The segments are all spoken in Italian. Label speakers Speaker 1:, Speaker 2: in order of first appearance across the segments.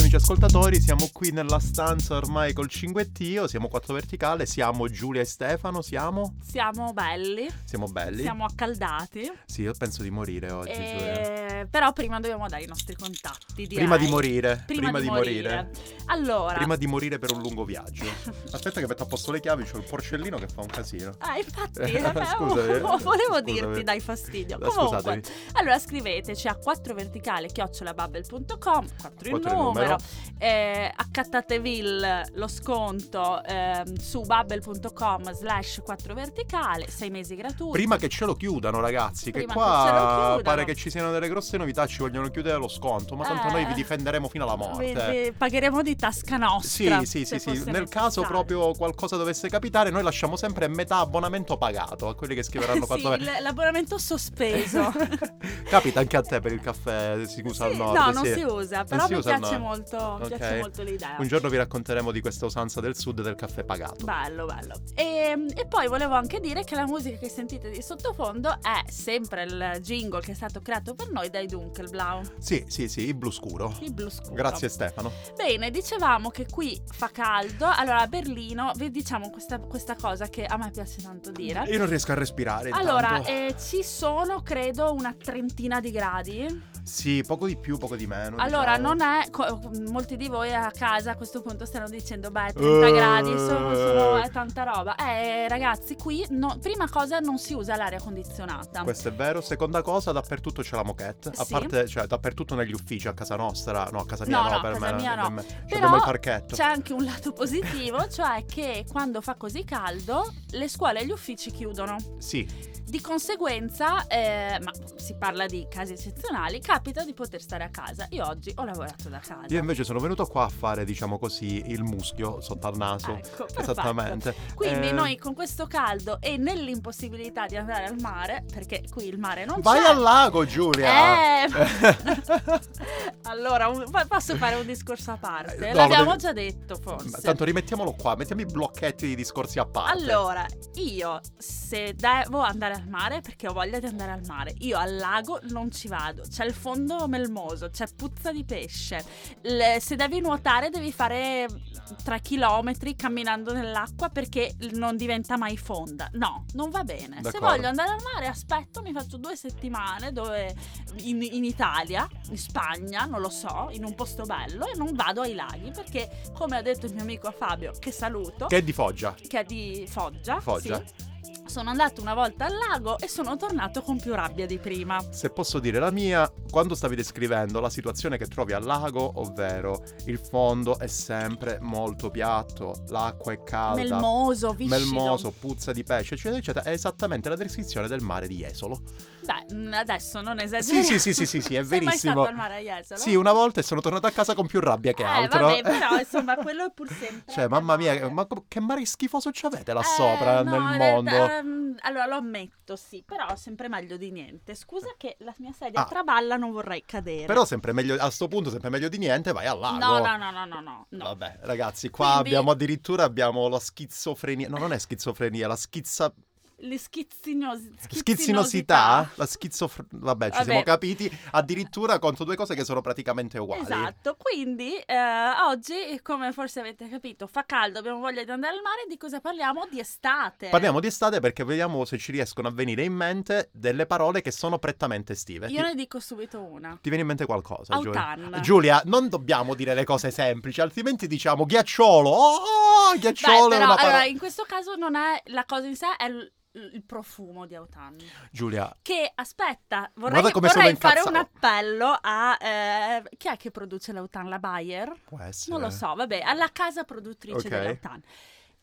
Speaker 1: amici ascoltatori, siamo qui nella stanza ormai col cinguettio, siamo quattro verticale, siamo Giulia e Stefano, siamo...
Speaker 2: Siamo belli,
Speaker 1: Siamo belli?
Speaker 2: siamo accaldati,
Speaker 1: Sì, io penso di morire oggi, Giulia.
Speaker 2: eh, però prima dobbiamo dare i nostri contatti. direi.
Speaker 1: Prima di morire,
Speaker 2: Prima, di, morire. Allora,
Speaker 1: Prima di morire per un lungo viaggio. Aspetta che metto a posto le chiavi, c'ho il porcellino che fa un casino.
Speaker 2: ah, infatti,
Speaker 1: Eh,
Speaker 2: eh,
Speaker 1: scusami, eh,
Speaker 2: volevo
Speaker 1: scusami.
Speaker 2: dirti, dai fastidio.
Speaker 1: Eh,
Speaker 2: Comunque,
Speaker 1: Scusatemi.
Speaker 2: allora scriveteci a 4 verticale chiocciolabubble.com, 4 il
Speaker 1: Quattro il
Speaker 2: numero,
Speaker 1: numero.
Speaker 2: eh, accattatevi il- lo sconto ehm, su bubble.com slash 4 verticale, 6 mesi gratuiti.
Speaker 1: Prima che ce lo chiudano, ragazzi, che
Speaker 2: Prima che ce lo
Speaker 1: qua
Speaker 2: chiudano.
Speaker 1: pare che ci siano delle grosse novità, ci vogliono chiudere lo sconto, ma tanto
Speaker 2: Eh.
Speaker 1: noi vi difenderemo fino alla morte.
Speaker 2: Vedi, pagheremo di tasca
Speaker 1: Sì,
Speaker 2: nostra.
Speaker 1: sì, sì,
Speaker 2: se
Speaker 1: sì.
Speaker 2: fosse
Speaker 1: Nel caso
Speaker 2: necessario.
Speaker 1: proprio qualcosa dovesse capitare, noi lasciamo sempre metà abbonamento pagato a quelli che scriveranno
Speaker 2: sì,
Speaker 1: quattro
Speaker 2: il- l'abbonamento sospeso.
Speaker 1: Capita anche a te per il caffè, si usa al
Speaker 2: Sì,
Speaker 1: nord.
Speaker 2: no, non
Speaker 1: sì.
Speaker 2: si usa, però
Speaker 1: si
Speaker 2: mi
Speaker 1: usa al
Speaker 2: piace,
Speaker 1: nord.
Speaker 2: molto, mi
Speaker 1: Ok.
Speaker 2: piace molto l'idea.
Speaker 1: Un giorno vi racconteremo di questa usanza del sud del caffè pagato.
Speaker 2: Bello, bello. Ehm, E, e poi volevo anche dire che la musica che sentite di sottofondo è sempre il jingle che è stato creato per noi dai Dunkelblau,
Speaker 1: Sì, sì, sì, il blu scuro.
Speaker 2: il blu scuro.
Speaker 1: Grazie Stefano.
Speaker 2: Bene, dicevamo che qui fa caldo, allora a Berlino vi diciamo questa, questa cosa che a me piace tanto dire.
Speaker 1: Io non riesco a respirare.
Speaker 2: Allora,
Speaker 1: intanto.
Speaker 2: eh, ci sono credo una trentina di gradi.
Speaker 1: Sì, poco di più, poco di meno.
Speaker 2: Allora,
Speaker 1: diciamo.
Speaker 2: non è. co- molti di voi a casa a questo punto stanno dicendo: beh, 30
Speaker 1: Eh.
Speaker 2: gradi sono, sono- è tanta roba. Eh, ragazzi, qui no- prima cosa non si usa l'aria condizionata.
Speaker 1: Questo è vero. Seconda cosa, dappertutto c'è la moquette. A
Speaker 2: Sì.
Speaker 1: parte, cioè, dappertutto negli uffici, a casa nostra. No, a casa mia
Speaker 2: No,
Speaker 1: no,
Speaker 2: no, a
Speaker 1: per
Speaker 2: casa
Speaker 1: me.
Speaker 2: mia
Speaker 1: per
Speaker 2: no.
Speaker 1: me. Cioè,
Speaker 2: Però
Speaker 1: abbiamo il parchetto.
Speaker 2: C'è anche un lato positivo, cioè che quando fa così caldo le scuole e gli uffici chiudono.
Speaker 1: Sì,
Speaker 2: Di conseguenza, eh, ma si parla di casi eccezionali, capita di poter stare a casa. Io oggi ho lavorato da casa.
Speaker 1: io invece sono venuto qua a fare, diciamo così, il muschio sotto al naso.
Speaker 2: Ecco, perfetto.
Speaker 1: Esattamente.
Speaker 2: Quindi
Speaker 1: Eh,
Speaker 2: noi con questo caldo e nell'impossibilità di andare al mare, perché qui il mare non
Speaker 1: Vai
Speaker 2: c'è.
Speaker 1: al lago, Giulia!
Speaker 2: Eh, allora, un- fa- posso fare un discorso a parte?
Speaker 1: Eh, no,
Speaker 2: L'abbiamo
Speaker 1: lo devi-
Speaker 2: già detto
Speaker 1: Ma
Speaker 2: forse.
Speaker 1: Tanto rimettiamolo qua, mettiamo i blocchetti di discorsi a parte.
Speaker 2: Allora, io se devo andare al mare perché ho voglia di andare al mare, io al lago non ci vado, c'è il fondo melmoso, c'è puzza di pesce. Le- se devi nuotare devi fare 3 km camminando nell'acqua perché non diventa mai fonda. No, non va bene. Se
Speaker 1: D'accordo.
Speaker 2: voglio andare al mare aspetto, mi faccio due settimane dove in, in Italia, in Spagna, non lo so, in un posto bello e non vado ai laghi perché come ha detto il mio amico Fabio, che saluto,
Speaker 1: Che è di Foggia.
Speaker 2: che è di Foggia.
Speaker 1: Foggia.
Speaker 2: sì. Sono andato una volta al lago e sono tornato con più rabbia di prima.
Speaker 1: Se posso dire la mia, quando stavi descrivendo la situazione che trovi al lago, ovvero il fondo è sempre molto piatto, l'acqua è calda,
Speaker 2: Melmoso, viscido.
Speaker 1: melmoso, puzza di pesce, eccetera, eccetera, è esattamente la descrizione del mare di Jesolo.
Speaker 2: Beh, mh, mm, adesso non esageriamo.
Speaker 1: Sì, sì, sì, sì, sì, sì, è
Speaker 2: Sei mai
Speaker 1: verissimo.
Speaker 2: stato al mare a Jesolo?
Speaker 1: Sì, una volta e sono tornato a casa con più rabbia che
Speaker 2: Eh,
Speaker 1: altro.
Speaker 2: vabbè, però, insomma, quello è pur sempre
Speaker 1: Cioè, mamma mia,
Speaker 2: male.
Speaker 1: ma com- che mare schifoso c'avete là
Speaker 2: Eh,
Speaker 1: sopra
Speaker 2: no, in
Speaker 1: nel
Speaker 2: realtà,
Speaker 1: mondo?
Speaker 2: ehm, allora, lo ammetto, sì, però sempre meglio di niente. Scusa che la mia sedia
Speaker 1: Ah.
Speaker 2: traballa, non vorrei cadere.
Speaker 1: Però sempre meglio, a sto punto sempre meglio di niente, vai al lago.
Speaker 2: No, no, no, no, no, no. no.
Speaker 1: Vabbè, ragazzi, qua
Speaker 2: Quindi-
Speaker 1: abbiamo addirittura abbiamo la schizofrenia. No, non è schizofrenia, la schizza...
Speaker 2: Le schizzinos-
Speaker 1: schizzinosità. La schizofrenia. Vabbè, ci
Speaker 2: Vabbè.
Speaker 1: siamo capiti. Addirittura contro due cose che sono praticamente uguali.
Speaker 2: Esatto, quindi eh, oggi, come forse avete capito, fa caldo, abbiamo voglia di andare al mare, di cosa parliamo? Di estate.
Speaker 1: Parliamo di estate perché vediamo se ci riescono a venire in mente delle parole che sono prettamente estive.
Speaker 2: Io
Speaker 1: Ti-
Speaker 2: ne dico subito una.
Speaker 1: Ti viene in mente qualcosa, Giulia?
Speaker 2: Autunn.
Speaker 1: Giulia, non dobbiamo dire le cose semplici, altrimenti diciamo ghiacciolo. Oh,
Speaker 2: Beh,
Speaker 1: ghiacciolo è
Speaker 2: però,
Speaker 1: una parola.
Speaker 2: allora, in questo caso non è la cosa in sé, è l- il profumo di autunno.
Speaker 1: Giulia,
Speaker 2: Che aspetta, vorrei,
Speaker 1: Guarda come sono
Speaker 2: vorrei fare
Speaker 1: incazzato.
Speaker 2: un appello a eh, chi è che produce l'autunno? La Bayer?
Speaker 1: può essere. eh.
Speaker 2: Non lo so, vabbè, alla casa produttrice
Speaker 1: Ok.
Speaker 2: dell'autan.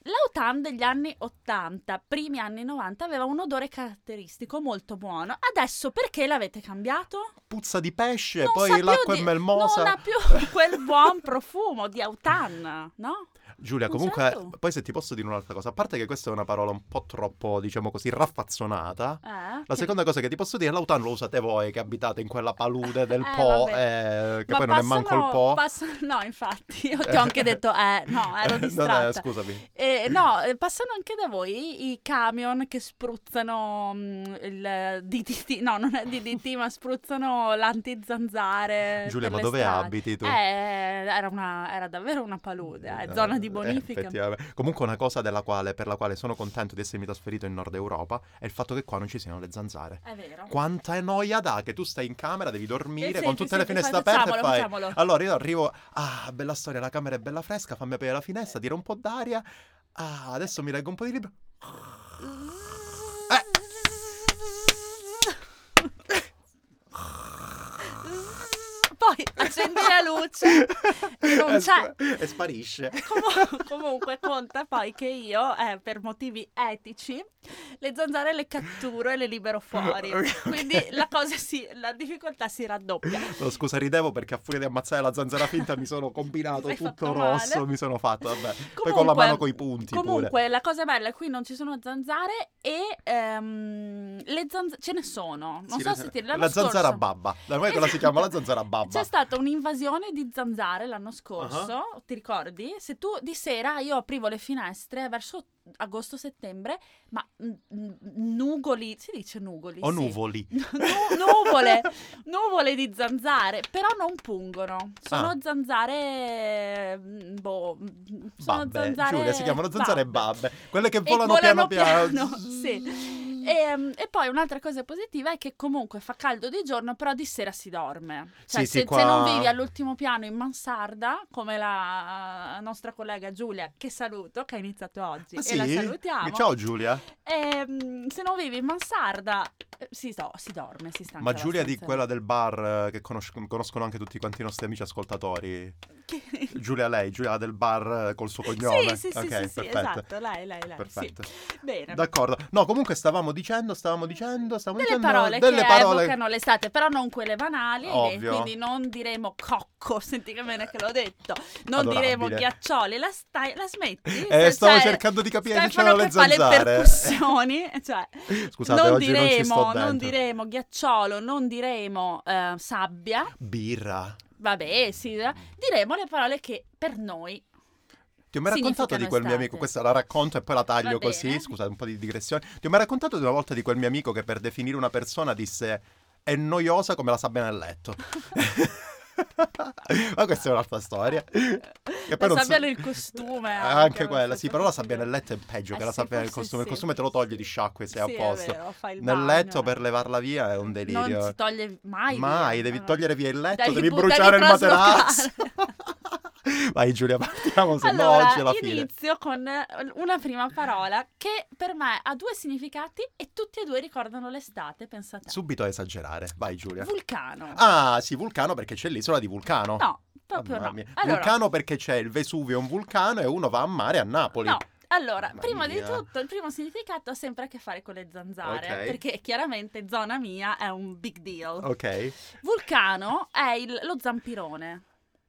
Speaker 2: L'autan degli anni 80, primi anni 90, aveva un odore caratteristico molto buono. Adesso perché l'avete cambiato?
Speaker 1: Puzza di pesce,
Speaker 2: Non sa
Speaker 1: poi
Speaker 2: più
Speaker 1: l'acqua
Speaker 2: di-
Speaker 1: è melmosa.
Speaker 2: Non ha più quel buon profumo di autan, no?
Speaker 1: Giulia,
Speaker 2: Ma
Speaker 1: comunque,
Speaker 2: certo.
Speaker 1: poi se ti posso dire un'altra cosa, a parte che questa è una parola un po' troppo, diciamo così, raffazzonata,
Speaker 2: Eh,
Speaker 1: la
Speaker 2: che-
Speaker 1: seconda cosa che ti posso dire, l'autan lo usate voi che abitate in quella palude del
Speaker 2: Eh,
Speaker 1: Po,
Speaker 2: vabbè.
Speaker 1: eh, che
Speaker 2: Ma
Speaker 1: poi non è
Speaker 2: passano-
Speaker 1: manco il Po.
Speaker 2: passano- no, infatti, io ti ho anche detto, eh, no, ero
Speaker 1: Non è-
Speaker 2: distratta.
Speaker 1: scusami.
Speaker 2: Eh, no, eh, passano anche da voi i camion che spruzzano mm, il DDT, no, non è DDT, ma spruzzano l'antizanzare.
Speaker 1: Giulia,
Speaker 2: Eh,
Speaker 1: ma
Speaker 2: per le
Speaker 1: dove
Speaker 2: strade.
Speaker 1: abiti tu?
Speaker 2: Eh, era, una- era davvero una palude, eh, zona di
Speaker 1: Eh,
Speaker 2: bonifica.
Speaker 1: effettivamente. Comunque una cosa della quale, per la quale sono contento di essermi trasferito in Nord Europa è il fatto che qua non ci siano le zanzare.
Speaker 2: È vero.
Speaker 1: Quanta noia dà che tu stai in camera, devi
Speaker 2: Eh,
Speaker 1: dormire con
Speaker 2: senti,
Speaker 1: tutte le
Speaker 2: senti,
Speaker 1: finestre
Speaker 2: fai-
Speaker 1: aperte e
Speaker 2: facciamolo,
Speaker 1: fai...
Speaker 2: facciamolo.
Speaker 1: Allora io arrivo, ah, bella storia, la camera è bella fresca, fammi aprire la finestra, tira un po' d'aria. Ah, adesso mi leggo un po' di libro. Eh.
Speaker 2: Poi accendi la luce e non
Speaker 1: E
Speaker 2: c'è.
Speaker 1: sp- E sparisce.
Speaker 2: Comu- comunque conta poi che io, eh, per motivi etici, le zanzare le catturo e le libero fuori.
Speaker 1: Ok.
Speaker 2: Quindi la cosa si, la difficoltà si raddoppia.
Speaker 1: No, scusa, ridevo perché a furia di ammazzare la zanzara finta mi sono combinato
Speaker 2: Hai
Speaker 1: tutto
Speaker 2: fatto
Speaker 1: rosso,
Speaker 2: male.
Speaker 1: mi sono fatto, vabbè. Poi con la mano coi punti
Speaker 2: Comunque,
Speaker 1: pure.
Speaker 2: la cosa bella è qui non ci sono zanzare e ehm, le zanzare ce ne sono. Non
Speaker 1: Sì,
Speaker 2: so
Speaker 1: le-
Speaker 2: se ti l'anno
Speaker 1: La zanzara
Speaker 2: scorso- Cioè,
Speaker 1: babba. Da noi quella si chiama la zanzara babba.
Speaker 2: C'è stata un'invasione di zanzare l'anno scorso, ti ricordi? Se tu di sera io aprivo le finestre verso agosto-settembre, ma mm, mm, nugoli, si dice nugoli?
Speaker 1: o
Speaker 2: sì.
Speaker 1: nuvoli.
Speaker 2: Nu- nuvole, nuvole di zanzare, però non pungono. Sono
Speaker 1: Ah.
Speaker 2: zanzare, mm, boh, mm, sono
Speaker 1: Babbe.
Speaker 2: zanzare
Speaker 1: Giulia, si chiamano zanzare babbe. Quelle che
Speaker 2: E
Speaker 1: volano,
Speaker 2: volano
Speaker 1: piano piano.
Speaker 2: piano, sì. Ehm, E, poi un'altra cosa positiva è che comunque fa caldo di giorno, però di sera si dorme. Cioè,
Speaker 1: Sì, sì,
Speaker 2: se, se
Speaker 1: qua-
Speaker 2: non vivi all'ultimo piano in mansarda, come la eh, nostra collega Giulia, che saluto, che ha iniziato oggi,
Speaker 1: Ah,
Speaker 2: e la
Speaker 1: sì?
Speaker 2: salutiamo.
Speaker 1: Ciao Giulia.
Speaker 2: Ehm, se non vivi in mansarda, eh, si, so- si dorme, si stanca.
Speaker 1: Ma Giulia di
Speaker 2: abbastanza.
Speaker 1: quella del bar eh, che conos- conoscono anche tutti quanti i nostri amici ascoltatori.
Speaker 2: Che-
Speaker 1: Giulia lei, Giulia del bar eh, col suo cognome.
Speaker 2: Sì, sì, sì,
Speaker 1: Ok,
Speaker 2: sì, sì,
Speaker 1: perfetto.
Speaker 2: esatto, lei, lei, lei. sì.
Speaker 1: Perfetto.
Speaker 2: Bene.
Speaker 1: D'accordo. No, comunque stavamo dicendo, stavamo dicendo, stavamo
Speaker 2: delle
Speaker 1: dicendo
Speaker 2: parole
Speaker 1: delle
Speaker 2: che
Speaker 1: parole-
Speaker 2: evocano l'estate, però non quelle banali, hai detto,
Speaker 1: Ovvio.
Speaker 2: quindi non diremo cocco, senti che bene che l'ho detto, non
Speaker 1: Adorabile.
Speaker 2: diremo ghiaccioli, la, stai- la smetti?
Speaker 1: Eh,
Speaker 2: Se
Speaker 1: stavo
Speaker 2: c'è
Speaker 1: cercando di capire chi
Speaker 2: Stefano
Speaker 1: c'erano
Speaker 2: che
Speaker 1: le
Speaker 2: fa le
Speaker 1: zanzare.
Speaker 2: percussioni, cioè,
Speaker 1: Scusate,
Speaker 2: non
Speaker 1: oggi non ci sto
Speaker 2: diremo, non,
Speaker 1: dentro.
Speaker 2: diremo ghiacciolo, non diremo eh, sabbia,
Speaker 1: Birra.
Speaker 2: vabbè sì, eh, diremo le parole che per noi
Speaker 1: Ti ho mai raccontato di
Speaker 2: Significano
Speaker 1: quel mio
Speaker 2: estate.
Speaker 1: amico, questa la racconto e poi la taglio
Speaker 2: Va bene.
Speaker 1: così, scusate un po' di digressione. Ti ho mai raccontato di una volta di quel mio amico che per definire una persona disse è noiosa come la sabbia nel letto. Ma questa è un'altra storia. Che
Speaker 2: eh, la
Speaker 1: non
Speaker 2: sabbia
Speaker 1: so-
Speaker 2: nel costume
Speaker 1: Eh,
Speaker 2: anche,
Speaker 1: Anche quella,
Speaker 2: forse,
Speaker 1: sì, però la
Speaker 2: forse
Speaker 1: sabbia
Speaker 2: sì.
Speaker 1: nel letto è peggio
Speaker 2: Eh
Speaker 1: che la
Speaker 2: sì,
Speaker 1: sabbia nel
Speaker 2: forse
Speaker 1: costume. Il
Speaker 2: sì.
Speaker 1: costume te lo togli di sciacqua e sei
Speaker 2: Sì,
Speaker 1: a
Speaker 2: è
Speaker 1: posto.
Speaker 2: vero, fai il
Speaker 1: Nel
Speaker 2: bagno,
Speaker 1: letto
Speaker 2: eh.
Speaker 1: per levarla via è un delirio.
Speaker 2: Non si toglie mai.
Speaker 1: Mai,
Speaker 2: via.
Speaker 1: devi
Speaker 2: No, no.
Speaker 1: togliere via il letto,
Speaker 2: Devi
Speaker 1: devi
Speaker 2: bu-
Speaker 1: bruciare
Speaker 2: devi
Speaker 1: il materasso.
Speaker 2: traslocare.
Speaker 1: Vai Giulia, partiamo, se no
Speaker 2: Allora,
Speaker 1: oggi è la fine.
Speaker 2: inizio con eh, una prima parola che per me ha due significati e tutti e due ricordano l'estate, pensate.
Speaker 1: Subito a esagerare, vai Giulia.
Speaker 2: Vulcano.
Speaker 1: Ah, sì, vulcano perché c'è l'isola di Vulcano.
Speaker 2: No, proprio
Speaker 1: Mamma
Speaker 2: no.
Speaker 1: mia.
Speaker 2: Allora,
Speaker 1: Vulcano perché c'è il Vesuvio, è un vulcano e uno va a mare a Napoli.
Speaker 2: No, allora,
Speaker 1: Mamma
Speaker 2: prima di
Speaker 1: mia.
Speaker 2: tutto, il primo significato ha sempre a che fare con le zanzare,
Speaker 1: Ok.
Speaker 2: perché chiaramente zona mia è un big deal.
Speaker 1: Ok.
Speaker 2: Vulcano è il- lo zampirone.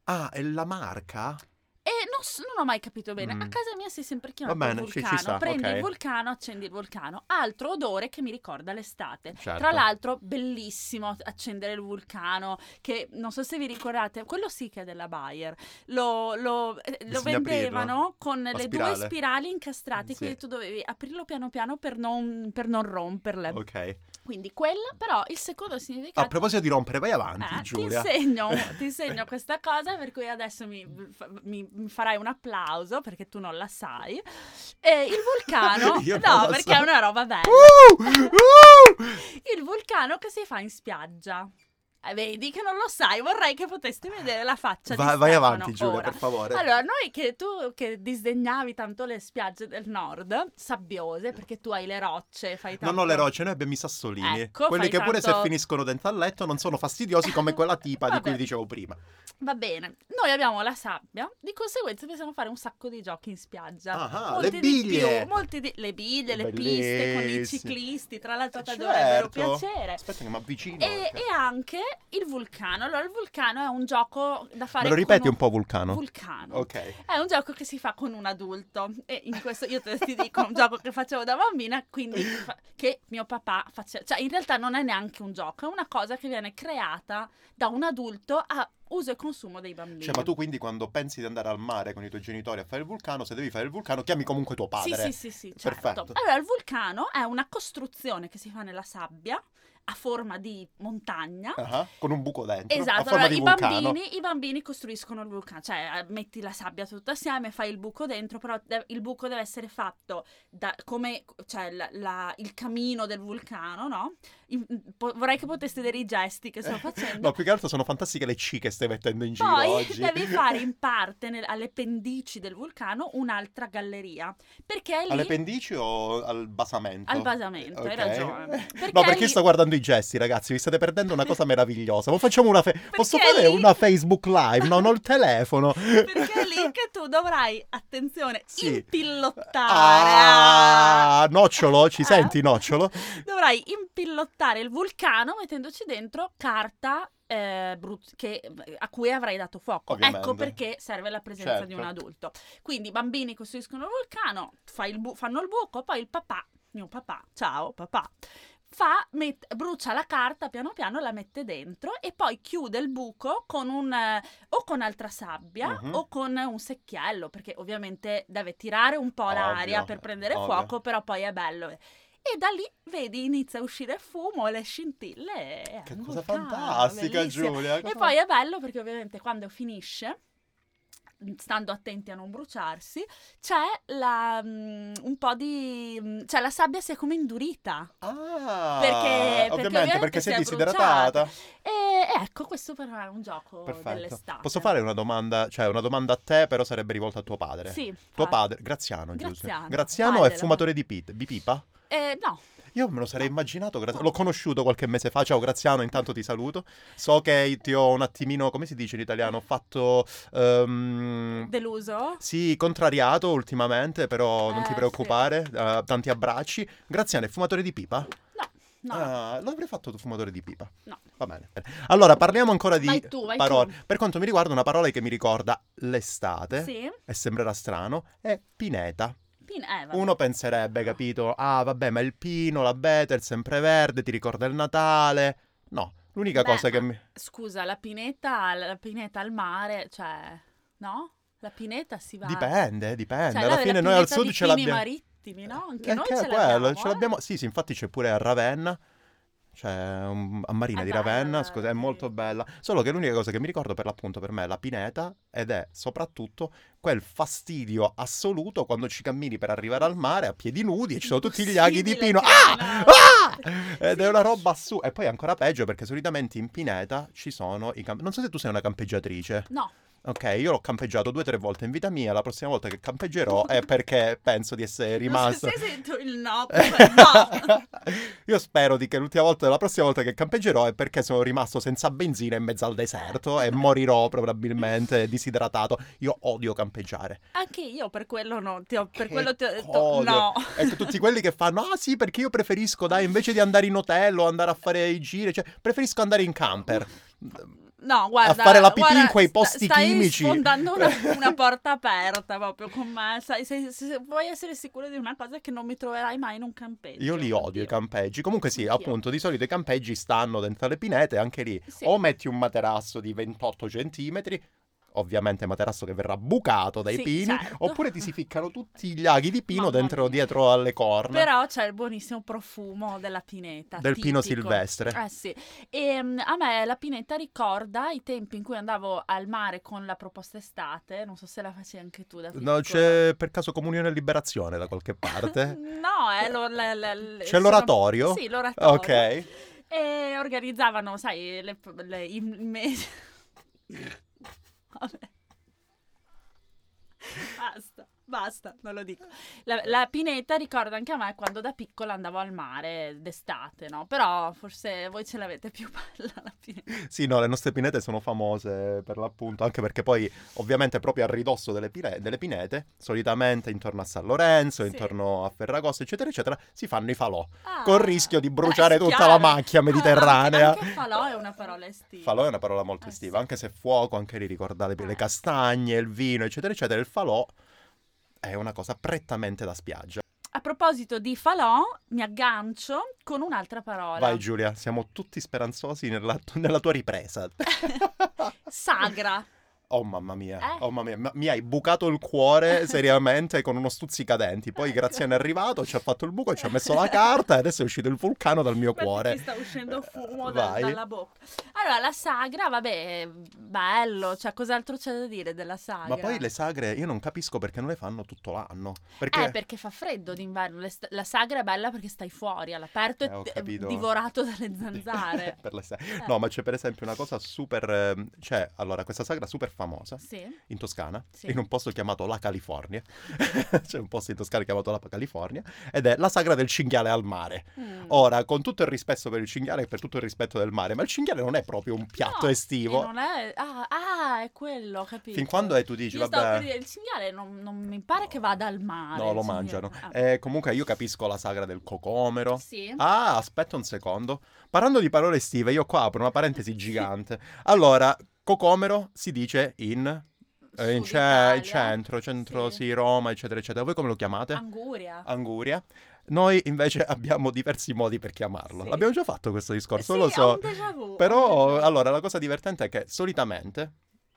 Speaker 1: Ah, è la marca?
Speaker 2: E non, s- non ho mai capito bene.
Speaker 1: Mm.
Speaker 2: A casa mia si è sempre chiamato
Speaker 1: Va bene, ci- ci
Speaker 2: vulcano.
Speaker 1: sta,
Speaker 2: Prendi
Speaker 1: ok.
Speaker 2: il vulcano, accendi il vulcano. Altro odore che mi ricorda l'estate.
Speaker 1: Certo.
Speaker 2: Tra l'altro, bellissimo accendere il vulcano. Che non so se vi ricordate, quello sì che è della Bayer. Lo, lo- eh, lo
Speaker 1: Bisogna
Speaker 2: vendevano con le
Speaker 1: spirale.
Speaker 2: due spirali incastrate.
Speaker 1: Sì.
Speaker 2: Quindi tu dovevi aprirlo piano piano per non, per non romperle.
Speaker 1: Ok.
Speaker 2: Quindi quella, però, il secondo significato.
Speaker 1: A proposito di rompere, vai avanti
Speaker 2: Eh, ti,
Speaker 1: Giulia.
Speaker 2: insegno, ti insegno questa cosa per cui adesso mi, fa- mi- mi farai un applauso perché tu non la sai. E il vulcano,
Speaker 1: Io non
Speaker 2: no,
Speaker 1: la
Speaker 2: perché
Speaker 1: so.
Speaker 2: è una roba bella.
Speaker 1: Uh! Uh!
Speaker 2: Il vulcano che si fa in spiaggia. Eh, vedi che non lo sai, vorrei che potesti vedere la faccia
Speaker 1: Va-
Speaker 2: Cioè, di
Speaker 1: vai
Speaker 2: Stefano
Speaker 1: avanti Giulia,
Speaker 2: ora.
Speaker 1: per favore.
Speaker 2: Allora, noi che tu che disdegnavi tanto le spiagge del nord, sabbiose, perché tu hai le rocce, fai tanto...
Speaker 1: Non ho le rocce, noi abbiamo i sassolini.
Speaker 2: Ecco,
Speaker 1: quelli
Speaker 2: fai
Speaker 1: che pure se
Speaker 2: tanto-
Speaker 1: finiscono dentro al letto non sono fastidiosi come quella tipa di
Speaker 2: Vabbè.
Speaker 1: cui dicevo prima.
Speaker 2: Va bene, noi abbiamo la sabbia, di conseguenza possiamo fare un sacco di giochi in spiaggia.
Speaker 1: Ah, ah,
Speaker 2: Esatto. Molti
Speaker 1: le
Speaker 2: di
Speaker 1: biglie!
Speaker 2: più, molti di- le biglie, le piste con i
Speaker 1: Bellissimo.
Speaker 2: ciclisti, tra l'altro
Speaker 1: Eh,
Speaker 2: che dovrebbero
Speaker 1: certo.
Speaker 2: piacere.
Speaker 1: Aspetta che mi avvicino.
Speaker 2: E,
Speaker 1: perché-
Speaker 2: e anche il vulcano. Allora, il vulcano è un gioco da fare.
Speaker 1: Me lo ripeti
Speaker 2: con
Speaker 1: un po' Vulcano?
Speaker 2: Vulcano.
Speaker 1: ok.
Speaker 2: È un gioco che si fa con un adulto e in questo io te ti dico un gioco che facevo da bambina, quindi fa- che mio papà faceva, cioè in realtà non è neanche un gioco, è una cosa che viene creata da un adulto a uso e consumo dei bambini.
Speaker 1: Cioè, ma tu quindi quando pensi di andare al mare con i tuoi genitori a fare il vulcano, se devi fare il vulcano, chiami comunque tuo padre.
Speaker 2: Sì, sì, sì, sì, certo.
Speaker 1: Perfetto.
Speaker 2: Allora, il vulcano è una costruzione che si fa nella sabbia a forma di montagna.
Speaker 1: Ah, Con un buco dentro. a
Speaker 2: Esatto,
Speaker 1: forma
Speaker 2: allora,
Speaker 1: di
Speaker 2: i,
Speaker 1: vulcano.
Speaker 2: bambini, i bambini costruiscono il vulcano, cioè eh, metti la sabbia tutta assieme, fai il buco dentro, però de- il buco deve essere fatto da come cioè, la- la- il camino del vulcano, no? In- po- vorrei che poteste vedere i gesti che sto facendo.
Speaker 1: No, più che altro sono fantastiche le C che stai mettendo in giro
Speaker 2: Poi
Speaker 1: oggi.
Speaker 2: devi fare in parte nel- alle pendici del vulcano un'altra galleria, perché lì
Speaker 1: Alle pendici o al basamento?
Speaker 2: al basamento,
Speaker 1: Certo. Ok.
Speaker 2: hai ragione.
Speaker 1: No, perché
Speaker 2: lì-
Speaker 1: sto guardando i gesti, ragazzi. Vi state perdendo una cosa meravigliosa. Ma facciamo una. fe- Posso fare
Speaker 2: lì-
Speaker 1: una Facebook Live? Non ho il telefono.
Speaker 2: Perché è lì che tu dovrai, attenzione,
Speaker 1: Sì.
Speaker 2: impillottare.
Speaker 1: Ah, nocciolo, ci
Speaker 2: Ah.
Speaker 1: senti, nocciolo?
Speaker 2: Dovrai impillottare il vulcano mettendoci dentro carta eh, bruz- che- a cui avrai dato fuoco.
Speaker 1: Ovviamente.
Speaker 2: Ecco perché serve la presenza di
Speaker 1: Certo.
Speaker 2: un adulto. Quindi i bambini costruiscono il vulcano, fai il bu- fanno il buco, poi il papà, mio papà, ciao papà, fa, met- brucia la carta piano piano, la mette dentro e poi chiude il buco con un, eh, o con altra sabbia
Speaker 1: Mhm.
Speaker 2: o con un secchiello, perché ovviamente deve tirare un po'
Speaker 1: Ovvio,
Speaker 2: l'aria per prendere
Speaker 1: ovvio.
Speaker 2: fuoco, però poi è bello. E da lì vedi inizia a uscire fumo, le scintille. e è
Speaker 1: Che
Speaker 2: un
Speaker 1: cosa
Speaker 2: vulcano,
Speaker 1: fantastica,
Speaker 2: bellissimo.
Speaker 1: Giulia.
Speaker 2: E poi è bello perché ovviamente quando finisce, stando attenti a non bruciarsi, c'è la, mm, un po' di... mm, cioè la sabbia si è come indurita.
Speaker 1: Ah,
Speaker 2: Perché- perché
Speaker 1: ovviamente, perché,
Speaker 2: ovviamente
Speaker 1: sei
Speaker 2: si è
Speaker 1: disidratata.
Speaker 2: E, e ecco, questo però è un gioco
Speaker 1: Perfetto.
Speaker 2: dell'estate.
Speaker 1: Posso fare una domanda, cioè una domanda a te, però sarebbe rivolta a tuo padre.
Speaker 2: Sì.
Speaker 1: Tuo
Speaker 2: fa-
Speaker 1: padre, Graziano, giusto?
Speaker 2: Graziano.
Speaker 1: Graziano
Speaker 2: Padre,
Speaker 1: è fumatore di, pit- di pipa?
Speaker 2: Eh, no,
Speaker 1: Io me lo sarei immaginato, Grazia- l'ho conosciuto qualche mese fa. Ciao Graziano, intanto ti saluto. So che ti ho un attimino, come si dice in italiano, fatto... ehm,
Speaker 2: deluso.
Speaker 1: sì, contrariato ultimamente, però non
Speaker 2: Eh,
Speaker 1: ti
Speaker 2: sì.
Speaker 1: preoccupare, eh, tanti abbracci. Graziano è fumatore di pipa?
Speaker 2: No,
Speaker 1: Ah, lo avrei fatto fumatore di pipa.
Speaker 2: No.
Speaker 1: Va bene. Allora, parliamo ancora di
Speaker 2: Vai tu, vai tu.
Speaker 1: parole. Per quanto mi riguarda, una parola che mi ricorda l'estate,
Speaker 2: sì.
Speaker 1: e sembrerà strano, è pineta.
Speaker 2: Pin- eh, vabbè.
Speaker 1: Uno penserebbe, capito? Ah, vabbè, ma il pino, l'abete, il sempreverde, ti ricorda il Natale. No, l'unica
Speaker 2: Beh,
Speaker 1: cosa che
Speaker 2: ma-
Speaker 1: mi...
Speaker 2: Scusa, la pineta, la pineta al mare, cioè, no? La pineta si va...
Speaker 1: Dipende, dipende.
Speaker 2: Cioè,
Speaker 1: Eh, Alla
Speaker 2: la-
Speaker 1: fine
Speaker 2: la
Speaker 1: noi al
Speaker 2: pineta
Speaker 1: sud
Speaker 2: di
Speaker 1: ce
Speaker 2: pini
Speaker 1: l'abbiamo...
Speaker 2: marittimi, no? Anche
Speaker 1: Eh,
Speaker 2: noi
Speaker 1: che è
Speaker 2: ce
Speaker 1: quello,
Speaker 2: l'abbiamo.
Speaker 1: ce
Speaker 2: eh.
Speaker 1: l'abbiamo- Sì, sì, infatti c'è pure a Ravenna. C'è un- a Marina
Speaker 2: Ah,
Speaker 1: di
Speaker 2: dai,
Speaker 1: Ravenna,
Speaker 2: dai,
Speaker 1: scusa, è
Speaker 2: sì.
Speaker 1: molto bella. Solo che l'unica cosa che mi ricordo per l'appunto per me è la pineta ed è soprattutto quel fastidio assoluto quando ci cammini per arrivare al mare a piedi nudi e ci sono tutti gli aghi di pino.
Speaker 2: Impossibile che
Speaker 1: Ah!
Speaker 2: non-
Speaker 1: Ah! Ed è
Speaker 2: Sì.
Speaker 1: una roba assurda. E poi è ancora peggio perché solitamente in pineta ci sono i camp- Non so se tu sei una campeggiatrice.
Speaker 2: No,
Speaker 1: Ok, io l'ho campeggiato due o tre volte in vita mia. La prossima volta che campeggerò è perché penso di essere rimasto.
Speaker 2: non so se sento il no, però no.
Speaker 1: Io spero di che l'ultima volta, la prossima volta che campeggerò è perché sono rimasto senza benzina in mezzo al deserto e morirò probabilmente disidratato. Io odio campeggiare.
Speaker 2: Anche io per quello no, ti ho, per
Speaker 1: Che
Speaker 2: quello ti ho detto
Speaker 1: cosa.
Speaker 2: no.
Speaker 1: Ecco, tutti quelli che fanno, ah sì, perché io preferisco, dai, invece di andare in hotel o andare a fare i giri, cioè, preferisco andare in camper.
Speaker 2: No, guarda,
Speaker 1: fare la pipì
Speaker 2: guarda,
Speaker 1: in quei
Speaker 2: sta-
Speaker 1: posti chimici.
Speaker 2: Stai sfondando una, una porta aperta proprio con me. Sai, se, se- se vuoi essere sicuro di una cosa che non mi troverai mai in un campeggio.
Speaker 1: Io li odio i
Speaker 2: oddio.
Speaker 1: campeggi. Comunque sì,
Speaker 2: Anch'io.
Speaker 1: appunto, di solito i campeggi stanno dentro le pinete, anche lì
Speaker 2: Sì.
Speaker 1: o metti un materasso di 28 centimetri, ovviamente materasso che verrà bucato dai
Speaker 2: Sì,
Speaker 1: pini,
Speaker 2: certo.
Speaker 1: oppure ti si ficcano tutti gli aghi di pino
Speaker 2: Mamma
Speaker 1: dentro,
Speaker 2: mia.
Speaker 1: dietro alle corna
Speaker 2: Però c'è il buonissimo profumo della pineta.
Speaker 1: del pino
Speaker 2: tipico.
Speaker 1: silvestre.
Speaker 2: Eh sì, e mm, a me la pineta ricorda i tempi in cui andavo al mare con la proposta estate, non so se la facevi anche tu da piccola.
Speaker 1: No, certo. c'è per caso comunione e liberazione da qualche parte?
Speaker 2: No, è lo- l- l- l-
Speaker 1: C'è
Speaker 2: sono-
Speaker 1: l'oratorio?
Speaker 2: Sì, l'oratorio.
Speaker 1: ok.
Speaker 2: E organizzavano, sai, le, le, i mesi. Vabbè. Basta. Basta, non lo dico. La, la pineta ricorda anche a me quando da piccola andavo al mare d'estate, no? Però forse voi ce l'avete più bella la pineta.
Speaker 1: Sì, no, le nostre pinete sono famose per l'appunto, anche perché poi ovviamente proprio a ridosso delle, pire- delle pinete, solitamente intorno a San Lorenzo,
Speaker 2: Sì.
Speaker 1: intorno a Ferragosto, eccetera, eccetera, si fanno i falò,
Speaker 2: Ah,
Speaker 1: col rischio di bruciare
Speaker 2: eh,
Speaker 1: tutta
Speaker 2: chiaro.
Speaker 1: la macchia mediterranea.
Speaker 2: Anche, anche falò è una parola estiva.
Speaker 1: Falò è una parola molto
Speaker 2: Eh,
Speaker 1: estiva,
Speaker 2: sì.
Speaker 1: anche se fuoco, anche lì ricordate le, le
Speaker 2: Eh.
Speaker 1: castagne, il vino, eccetera, eccetera, il falò è una cosa prettamente da spiaggia.
Speaker 2: A proposito di falò, mi aggancio con un'altra parola.
Speaker 1: Vai Giulia, siamo tutti speranzosi nella, nella tua ripresa.
Speaker 2: Sagra.
Speaker 1: Oh mamma mia,
Speaker 2: Eh.
Speaker 1: oh mamma mia, ma- mi hai bucato il cuore seriamente con uno stuzzicadenti.
Speaker 2: Eh.
Speaker 1: Poi Graziano è arrivato, ci ha fatto il buco, ci ha messo la carta e adesso è uscito il vulcano dal mio
Speaker 2: Infatti
Speaker 1: cuore.
Speaker 2: Ti sta uscendo fumo
Speaker 1: Eh,
Speaker 2: da-
Speaker 1: vai.
Speaker 2: dalla bocca. Allora, la sagra, vabbè, bello. Cioè, cos'altro c'è da dire della
Speaker 1: Ma
Speaker 2: sagra?
Speaker 1: poi le sagre io non capisco perché non le fanno tutto l'anno. Perché...
Speaker 2: Eh, perché fa freddo d'inverno. le st- la sagra è bella perché stai fuori all'aperto
Speaker 1: Eh, ho
Speaker 2: e t-
Speaker 1: capito.
Speaker 2: divorato dalle zanzare.
Speaker 1: Per le sa-
Speaker 2: Eh.
Speaker 1: No, ma c'è per esempio una cosa super... ehm, Cioè, allora, questa sagra super famosa
Speaker 2: sì.
Speaker 1: in Toscana,
Speaker 2: Sì.
Speaker 1: in un posto chiamato La California. c'è un posto in Toscana chiamato La California ed è la sagra del cinghiale al mare.
Speaker 2: Mm.
Speaker 1: Ora, con tutto il rispetto per il cinghiale e per tutto il rispetto del mare, ma il cinghiale non è proprio un piatto
Speaker 2: No,
Speaker 1: estivo.
Speaker 2: E non è... Ah, ah, è quello, ho capito.
Speaker 1: Fin quando è tu dici,
Speaker 2: Io stavo per
Speaker 1: vabbè,
Speaker 2: dire, il cinghiale non, non mi pare che vada al mare.
Speaker 1: no,
Speaker 2: il
Speaker 1: lo
Speaker 2: cinghiale.
Speaker 1: mangiano.
Speaker 2: Ah.
Speaker 1: Eh, comunque io capisco la sagra del cocomero.
Speaker 2: Sì.
Speaker 1: Ah, aspetta un secondo. Parlando di parole estive, io qua apro una parentesi gigante. Allora, cocomero si dice in, eh, in
Speaker 2: Sud
Speaker 1: ce-
Speaker 2: Italia.
Speaker 1: centro, centro,
Speaker 2: Sì.
Speaker 1: sì, Roma, eccetera, eccetera. Voi come lo chiamate?
Speaker 2: Anguria.
Speaker 1: Anguria. Noi invece abbiamo diversi modi per chiamarlo.
Speaker 2: Sì.
Speaker 1: L'abbiamo già fatto questo discorso, lo
Speaker 2: Sì,
Speaker 1: so.
Speaker 2: ho un déjà vu, ho un
Speaker 1: Però,
Speaker 2: déjà vu.
Speaker 1: allora, la cosa divertente è che solitamente,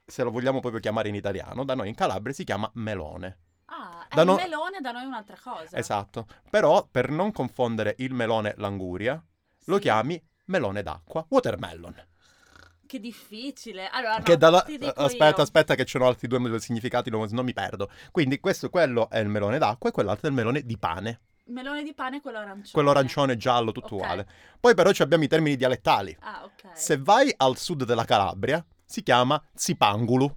Speaker 1: se lo vogliamo proprio chiamare in italiano, da noi in Calabria si chiama melone.
Speaker 2: Ah, è
Speaker 1: da
Speaker 2: il
Speaker 1: no-
Speaker 2: melone da noi è un'altra cosa.
Speaker 1: Esatto. Però, per non confondere il melone l'anguria, lo
Speaker 2: Sì.
Speaker 1: chiami melone d'acqua, watermelon.
Speaker 2: Che difficile. Allora, Ah, no,
Speaker 1: che dalla...
Speaker 2: ti dico
Speaker 1: Aspetta,
Speaker 2: io.
Speaker 1: aspetta, che ci sono altri due significati, non, non mi perdo. Quindi, questo, quello è il melone d'acqua e quell'altro è il melone di pane.
Speaker 2: Melone di pane e quello arancione.
Speaker 1: Quello arancione, giallo, tutto
Speaker 2: Ok.
Speaker 1: uguale. Poi, però, ci abbiamo i termini dialettali.
Speaker 2: Ah, ok.
Speaker 1: Se vai al sud della Calabria, si chiama Zipangulu.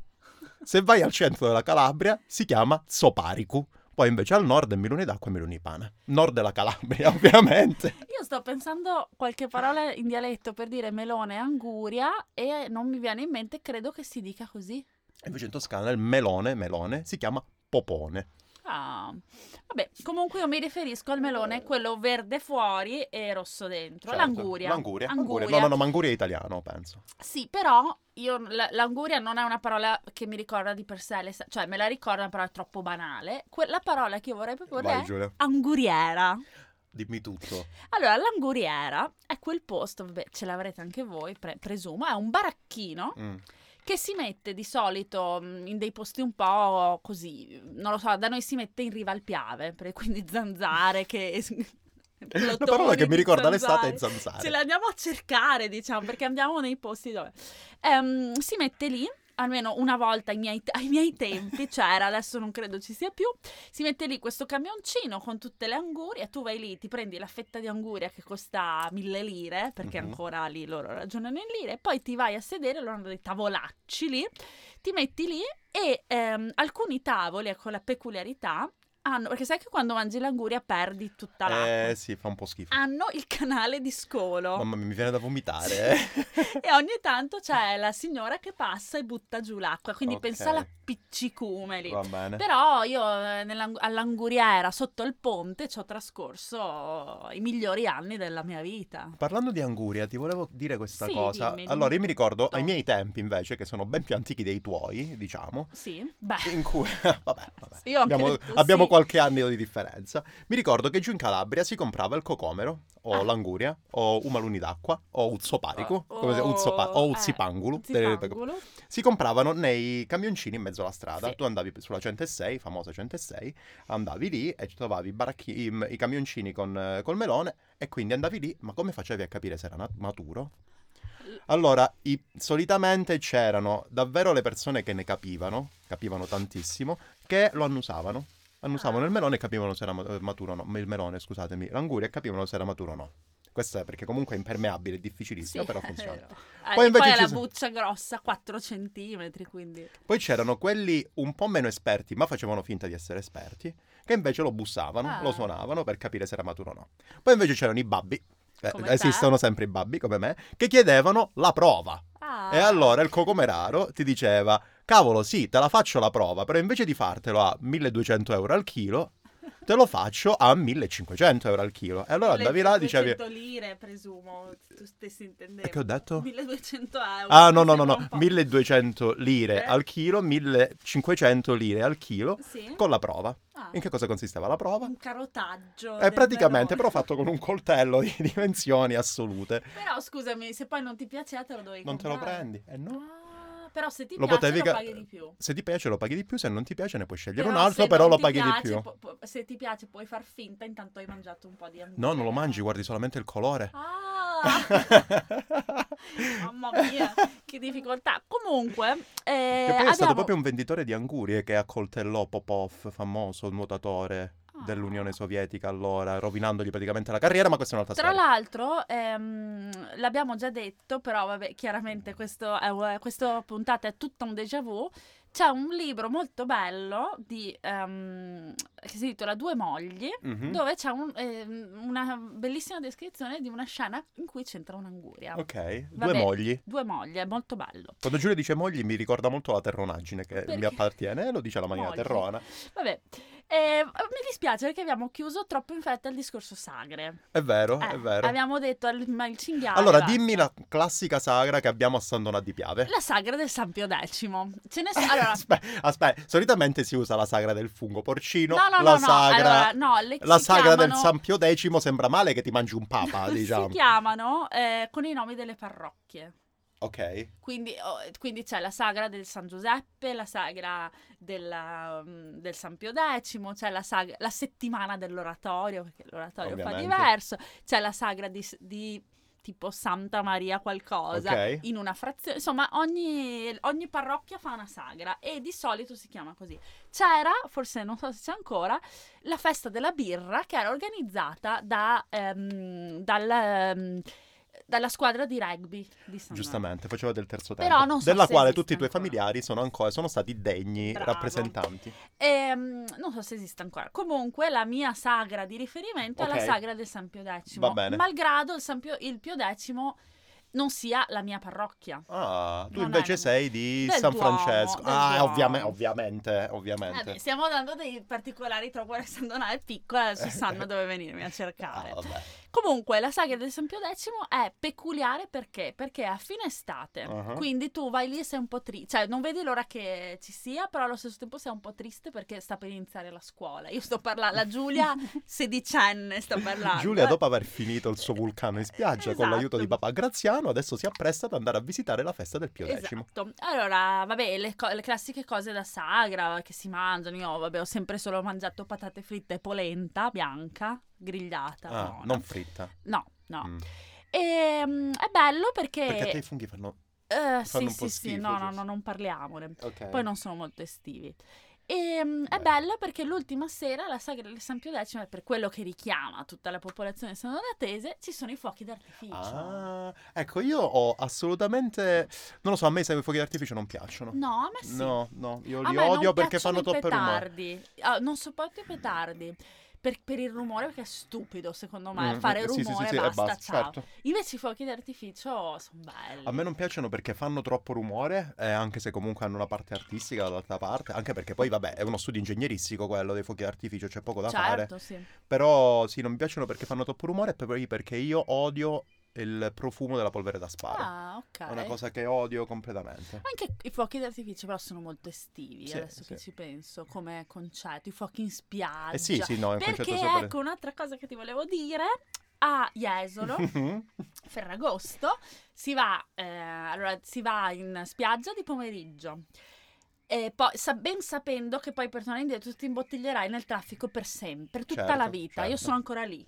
Speaker 1: Se vai al centro della Calabria, si chiama Zoparicu. Poi invece al nord è milioni d'acqua e milioni di pane. Nord della Calabria, ovviamente.
Speaker 2: Io sto pensando qualche parola in dialetto per dire melone e anguria e non mi viene in mente, credo che si dica così.
Speaker 1: Invece in Toscana il melone, melone, si chiama popone.
Speaker 2: Ah. Vabbè, comunque io mi riferisco al melone, quello verde fuori e rosso dentro.
Speaker 1: Certo.
Speaker 2: L'anguria.
Speaker 1: L'anguria. anguria. No, no, no, ma anguria è italiano, penso.
Speaker 2: Sì, però io, l- l'anguria non è una parola che mi ricorda di per sé, le sa- cioè me la ricorda, però è troppo banale. Que- la parola che io vorrei proporre
Speaker 1: Vai
Speaker 2: è
Speaker 1: Giulia,
Speaker 2: anguriera.
Speaker 1: dimmi tutto.
Speaker 2: Allora, l'anguriera è quel posto, vabbè, ce l'avrete anche voi, pre- presumo, è un baracchino
Speaker 1: Mm.
Speaker 2: che si mette di solito mh, in dei posti un po' così, non lo so, da noi si mette in riva al piave, per- quindi zanzare che...
Speaker 1: Una
Speaker 2: plotoni
Speaker 1: parola che
Speaker 2: di
Speaker 1: mi ricorda
Speaker 2: zanzare.
Speaker 1: l'estate è zanzare.
Speaker 2: Ce la andiamo a cercare, diciamo, perché andiamo nei posti dove. Ehm, si mette lì. Almeno una volta ai miei, ai miei tempi c'era, adesso non credo ci sia più. Si mette lì questo camioncino con tutte le angurie. Tu vai lì, ti prendi la fetta di anguria che costa mille lire, perché
Speaker 1: Mhm.
Speaker 2: ancora lì loro ragionano in lire. Poi ti vai a sedere, loro hanno dei tavolacci lì. Ti metti lì e ehm, alcuni tavoli, ecco la peculiarità, hanno. Perché sai che quando mangi l'anguria perdi tutta l'acqua
Speaker 1: Eh sì, fa un po' schifo.
Speaker 2: hanno il canale di scolo
Speaker 1: Mamma mia, mi viene da vomitare. eh.
Speaker 2: e ogni tanto c'è la signora che passa e butta giù l'acqua, quindi
Speaker 1: Ok.
Speaker 2: pensa all'appiccicume lì.
Speaker 1: Va bene.
Speaker 2: Però io eh, nell'ang- all'anguriera sotto il ponte ci ho trascorso i migliori anni della mia vita.
Speaker 1: Parlando di anguria, ti volevo dire questa
Speaker 2: Sì,
Speaker 1: cosa.
Speaker 2: dimmi, dimmi
Speaker 1: allora, io mi ricordo
Speaker 2: tutto.
Speaker 1: ai miei tempi, invece, che sono ben più antichi dei tuoi, diciamo.
Speaker 2: Sì, beh,
Speaker 1: In cui, vabbè, vabbè.
Speaker 2: Io anche
Speaker 1: abbiamo,
Speaker 2: detto
Speaker 1: abbiamo
Speaker 2: sì.
Speaker 1: qualche anno di differenza. Mi ricordo che giù in Calabria si comprava il cocomero, o
Speaker 2: Ah.
Speaker 1: l'anguria, o umaluni d'acqua, o uzzoparico,
Speaker 2: Oh,
Speaker 1: come se- uzzopa-
Speaker 2: eh,
Speaker 1: o uzzipangulu.
Speaker 2: Zipangolo.
Speaker 1: Si compravano nei camioncini in mezzo alla strada.
Speaker 2: Sì.
Speaker 1: Tu andavi sulla 106, famosa 106, andavi lì e ci trovavi i, baracchi- i- i camioncini con, eh, col melone e quindi andavi lì, ma come facevi a capire se era nat- maturo? Allora, i- solitamente c'erano davvero le persone che ne capivano, capivano tantissimo, che lo annusavano. Annusavano
Speaker 2: Ah.
Speaker 1: il melone e capivano se era ma- eh, maturo o no. Il melone, scusatemi, l'anguria e capivano se era maturo o no. Questa perché comunque è impermeabile, è difficilissimo,
Speaker 2: Sì,
Speaker 1: però
Speaker 2: è
Speaker 1: funziona.
Speaker 2: vero.
Speaker 1: Poi
Speaker 2: Eh, Poi,
Speaker 1: invece
Speaker 2: è
Speaker 1: ci
Speaker 2: la
Speaker 1: sono-
Speaker 2: buccia grossa, 4 centimetri, quindi...
Speaker 1: Poi c'erano quelli un po' meno esperti, ma facevano finta di essere esperti, che invece lo bussavano,
Speaker 2: Ah.
Speaker 1: lo suonavano per capire se era maturo o no. Poi invece c'erano i babbi, eh,
Speaker 2: Come te.
Speaker 1: esistono sempre i babbi come me, che chiedevano la prova.
Speaker 2: Ah,
Speaker 1: E allora il cocomeraro ti diceva, cavolo sì, te la faccio la prova, però invece di fartelo a 1200 euro al chilo, te lo faccio a 1500 euro al chilo. E allora andavi là e dicevi...
Speaker 2: 1200 lire, presumo, tu stessi intendevi.
Speaker 1: E che ho detto?
Speaker 2: 1200 euro.
Speaker 1: Esatto. Ah no
Speaker 2: mi
Speaker 1: no no,
Speaker 2: sembra
Speaker 1: no,
Speaker 2: un po'.
Speaker 1: 1200 lire
Speaker 2: Eh?
Speaker 1: al chilo, 1500 lire al chilo,
Speaker 2: Sì?
Speaker 1: con la prova.
Speaker 2: Ah,
Speaker 1: In che cosa consisteva la prova?
Speaker 2: un carotaggio.
Speaker 1: È
Speaker 2: del
Speaker 1: praticamente però
Speaker 2: melone.
Speaker 1: fatto con un coltello di dimensioni assolute.
Speaker 2: Però scusami, se poi non ti piaceva te lo dovevi
Speaker 1: Non te lo
Speaker 2: comprare.
Speaker 1: prendi? Eh no.
Speaker 2: Ah, però se ti
Speaker 1: Lo
Speaker 2: piace
Speaker 1: potevi
Speaker 2: lo
Speaker 1: ca-
Speaker 2: paghi di più.
Speaker 1: Se ti piace lo paghi di più, se non ti piace ne puoi scegliere
Speaker 2: Però
Speaker 1: un altro,
Speaker 2: se
Speaker 1: però
Speaker 2: non
Speaker 1: lo
Speaker 2: ti
Speaker 1: paghi di
Speaker 2: piace,
Speaker 1: più.
Speaker 2: pu- pu- se ti piace puoi far finta, intanto hai mangiato un po' di hamburger.
Speaker 1: No, non lo mangi, guardi solamente il colore.
Speaker 2: Ah! Mamma mia, che difficoltà. Comunque, eh,
Speaker 1: Che poi è stato
Speaker 2: abbiamo-
Speaker 1: proprio un venditore di angurie che accoltellò Popov, famoso nuotatore
Speaker 2: Ah.
Speaker 1: dell'Unione Sovietica allora, rovinandogli praticamente la carriera, ma questa è un'altra
Speaker 2: Tra
Speaker 1: storia.
Speaker 2: l'altro, ehm, l'abbiamo già detto, però vabbè, chiaramente questo è un- questa puntata è tutta un déjà vu. C'è un libro molto bello di, ehm, che si intitola Due mogli,
Speaker 1: Mhm.
Speaker 2: dove c'è un- ehm, una bellissima descrizione di una scena in cui c'entra un'anguria.
Speaker 1: Ok, due
Speaker 2: Vabbè.
Speaker 1: mogli.
Speaker 2: Due mogli, è molto bello.
Speaker 1: Quando Giulio dice mogli mi ricorda molto la terronaggine che mi
Speaker 2: Perché?
Speaker 1: appartiene, eh, lo dice la maniera
Speaker 2: Mogli.
Speaker 1: terrona.
Speaker 2: Vabbè, eh, mi dispiace perché abbiamo chiuso troppo in fretta il discorso sagre.
Speaker 1: È vero,
Speaker 2: Eh,
Speaker 1: è vero.
Speaker 2: Abbiamo ah, detto il, ma il cinghiale.
Speaker 1: Allora,
Speaker 2: va.
Speaker 1: dimmi la classica sagra che abbiamo a San Donato di Piave.
Speaker 2: La sagra del San Pio X. Ce ne sono. Allora,
Speaker 1: Aspetta, aspetta, solitamente si usa la sagra del fungo porcino,
Speaker 2: no, no, no,
Speaker 1: la
Speaker 2: no.
Speaker 1: sagra,
Speaker 2: allora, no, le-
Speaker 1: la
Speaker 2: si
Speaker 1: sagra del
Speaker 2: chiamano-
Speaker 1: San Pio X sembra male che ti mangi un papa, diciamo.
Speaker 2: Si chiamano eh, con i nomi delle parrocchie.
Speaker 1: Ok.
Speaker 2: Quindi, oh, quindi c'è la sagra del San Giuseppe, la sagra della, mm, del San Pio X, c'è la, sagra, la settimana dell'oratorio, perché l'oratorio fa
Speaker 1: Ovviamente.
Speaker 2: diverso, c'è la sagra di, s- di tipo Santa Maria qualcosa,
Speaker 1: Ok.
Speaker 2: in una frazione, insomma ogni, ogni parrocchia fa una sagra e di solito si chiama così. C'era, forse non so se c'è ancora, la festa della birra che era organizzata da, ehm, dal, ehm, dalla squadra di rugby di San
Speaker 1: Giustamente, faceva del terzo
Speaker 2: Però
Speaker 1: tempo,
Speaker 2: non so
Speaker 1: della
Speaker 2: se
Speaker 1: quale
Speaker 2: esiste
Speaker 1: tutti i tuoi
Speaker 2: ancora.
Speaker 1: familiari sono ancora sono stati degni
Speaker 2: Bravo.
Speaker 1: rappresentanti.
Speaker 2: Ehm, non so se esiste ancora. Comunque, la mia sagra di riferimento è
Speaker 1: Ok.
Speaker 2: la sagra del San Pio X.
Speaker 1: Va bene.
Speaker 2: Malgrado il, San Pio, il Pio X non sia la mia parrocchia.
Speaker 1: Ah, tu
Speaker 2: Non
Speaker 1: invece
Speaker 2: è-
Speaker 1: sei di
Speaker 2: del
Speaker 1: San
Speaker 2: Duomo,
Speaker 1: Francesco.
Speaker 2: del
Speaker 1: Ah,
Speaker 2: Duomo.
Speaker 1: ovviame- ovviamente, ovviamente.
Speaker 2: Vabbè, Eh stiamo dando dei particolari troppo essendo una è piccola, adesso sanno dove venirmi a cercare.
Speaker 1: Ah, vabbè.
Speaker 2: Comunque, la sagra del San Pio X è peculiare perché? Perché è a fine estate.
Speaker 1: Ah.
Speaker 2: Quindi tu vai lì e sei un po' triste, cioè non vedi l'ora che ci sia, però allo stesso tempo sei un po' triste perché sta per iniziare la scuola. Io sto parlando, la Giulia sedicenne sto parlando.
Speaker 1: Giulia, dopo aver finito il suo vulcano in spiaggia con
Speaker 2: Esatto.
Speaker 1: l'aiuto di papà Graziano, adesso si appresta ad andare a visitare la festa del Pio X.
Speaker 2: Esatto. Allora, vabbè, le, co- le classiche cose da sagra che si mangiano. Io, vabbè, ho sempre solo mangiato patate fritte e polenta bianca, grigliata.
Speaker 1: Ah,
Speaker 2: buona.
Speaker 1: non fritta.
Speaker 2: No, Esatto. no.
Speaker 1: Mm.
Speaker 2: Eh, Ehm, è bello perché...
Speaker 1: Perché a te i funghi fanno. fanno
Speaker 2: Eh, sì,
Speaker 1: un po'
Speaker 2: sì, sì,
Speaker 1: schifo,
Speaker 2: no, no,
Speaker 1: giusto?
Speaker 2: no, non parliamone.
Speaker 1: Ok.
Speaker 2: Poi non sono molto estivi. E, mm, è
Speaker 1: Beh.
Speaker 2: bello perché l'ultima sera la sagra del San Pio X, è per quello che richiama tutta la popolazione sanonatese, ci sono i fuochi d'artificio.
Speaker 1: Ah, ecco, io ho assolutamente. Non lo so, a me i fuochi d'artificio non piacciono.
Speaker 2: No, a me Eh, sì.
Speaker 1: No, no, io
Speaker 2: A
Speaker 1: li
Speaker 2: me non
Speaker 1: odio perché
Speaker 2: piacciono
Speaker 1: fanno
Speaker 2: i
Speaker 1: troppo rumore.
Speaker 2: petardi. Ah, non sopporto i petardi. Per, per il rumore perché è stupido secondo me
Speaker 1: Mm,
Speaker 2: fare
Speaker 1: mm, sì,
Speaker 2: rumore
Speaker 1: sì, sì, e
Speaker 2: basta,
Speaker 1: basta,
Speaker 2: ciao
Speaker 1: certo.
Speaker 2: invece i fuochi d'artificio sono belli
Speaker 1: A me non piacciono perché fanno troppo rumore, eh, anche se comunque hanno una parte artistica dall'altra parte, anche perché poi vabbè è uno studio ingegneristico quello dei fuochi d'artificio, c'è poco da fare.
Speaker 2: certo sì
Speaker 1: Però sì, non mi piacciono perché fanno troppo rumore e poi perché io odio il profumo della polvere da sparo.
Speaker 2: ah ok
Speaker 1: È una cosa che odio completamente.
Speaker 2: Anche i fuochi d'artificio però sono molto estivi,
Speaker 1: Sì,
Speaker 2: adesso che
Speaker 1: sì.
Speaker 2: ci penso, come concetto, i fuochi in spiaggia.
Speaker 1: Eh sì, sì, no, è un
Speaker 2: Perché
Speaker 1: concetto super...
Speaker 2: ecco un'altra cosa che ti volevo dire, a Jesolo,
Speaker 1: Mhm.
Speaker 2: Ferragosto, si va, eh, allora, si va in spiaggia di pomeriggio. E poi, sa- ben sapendo che poi per tornare indietro ti imbottiglierai nel traffico per sempre, per tutta la
Speaker 1: Certo,
Speaker 2: vita. Io
Speaker 1: certo.
Speaker 2: sono ancora lì,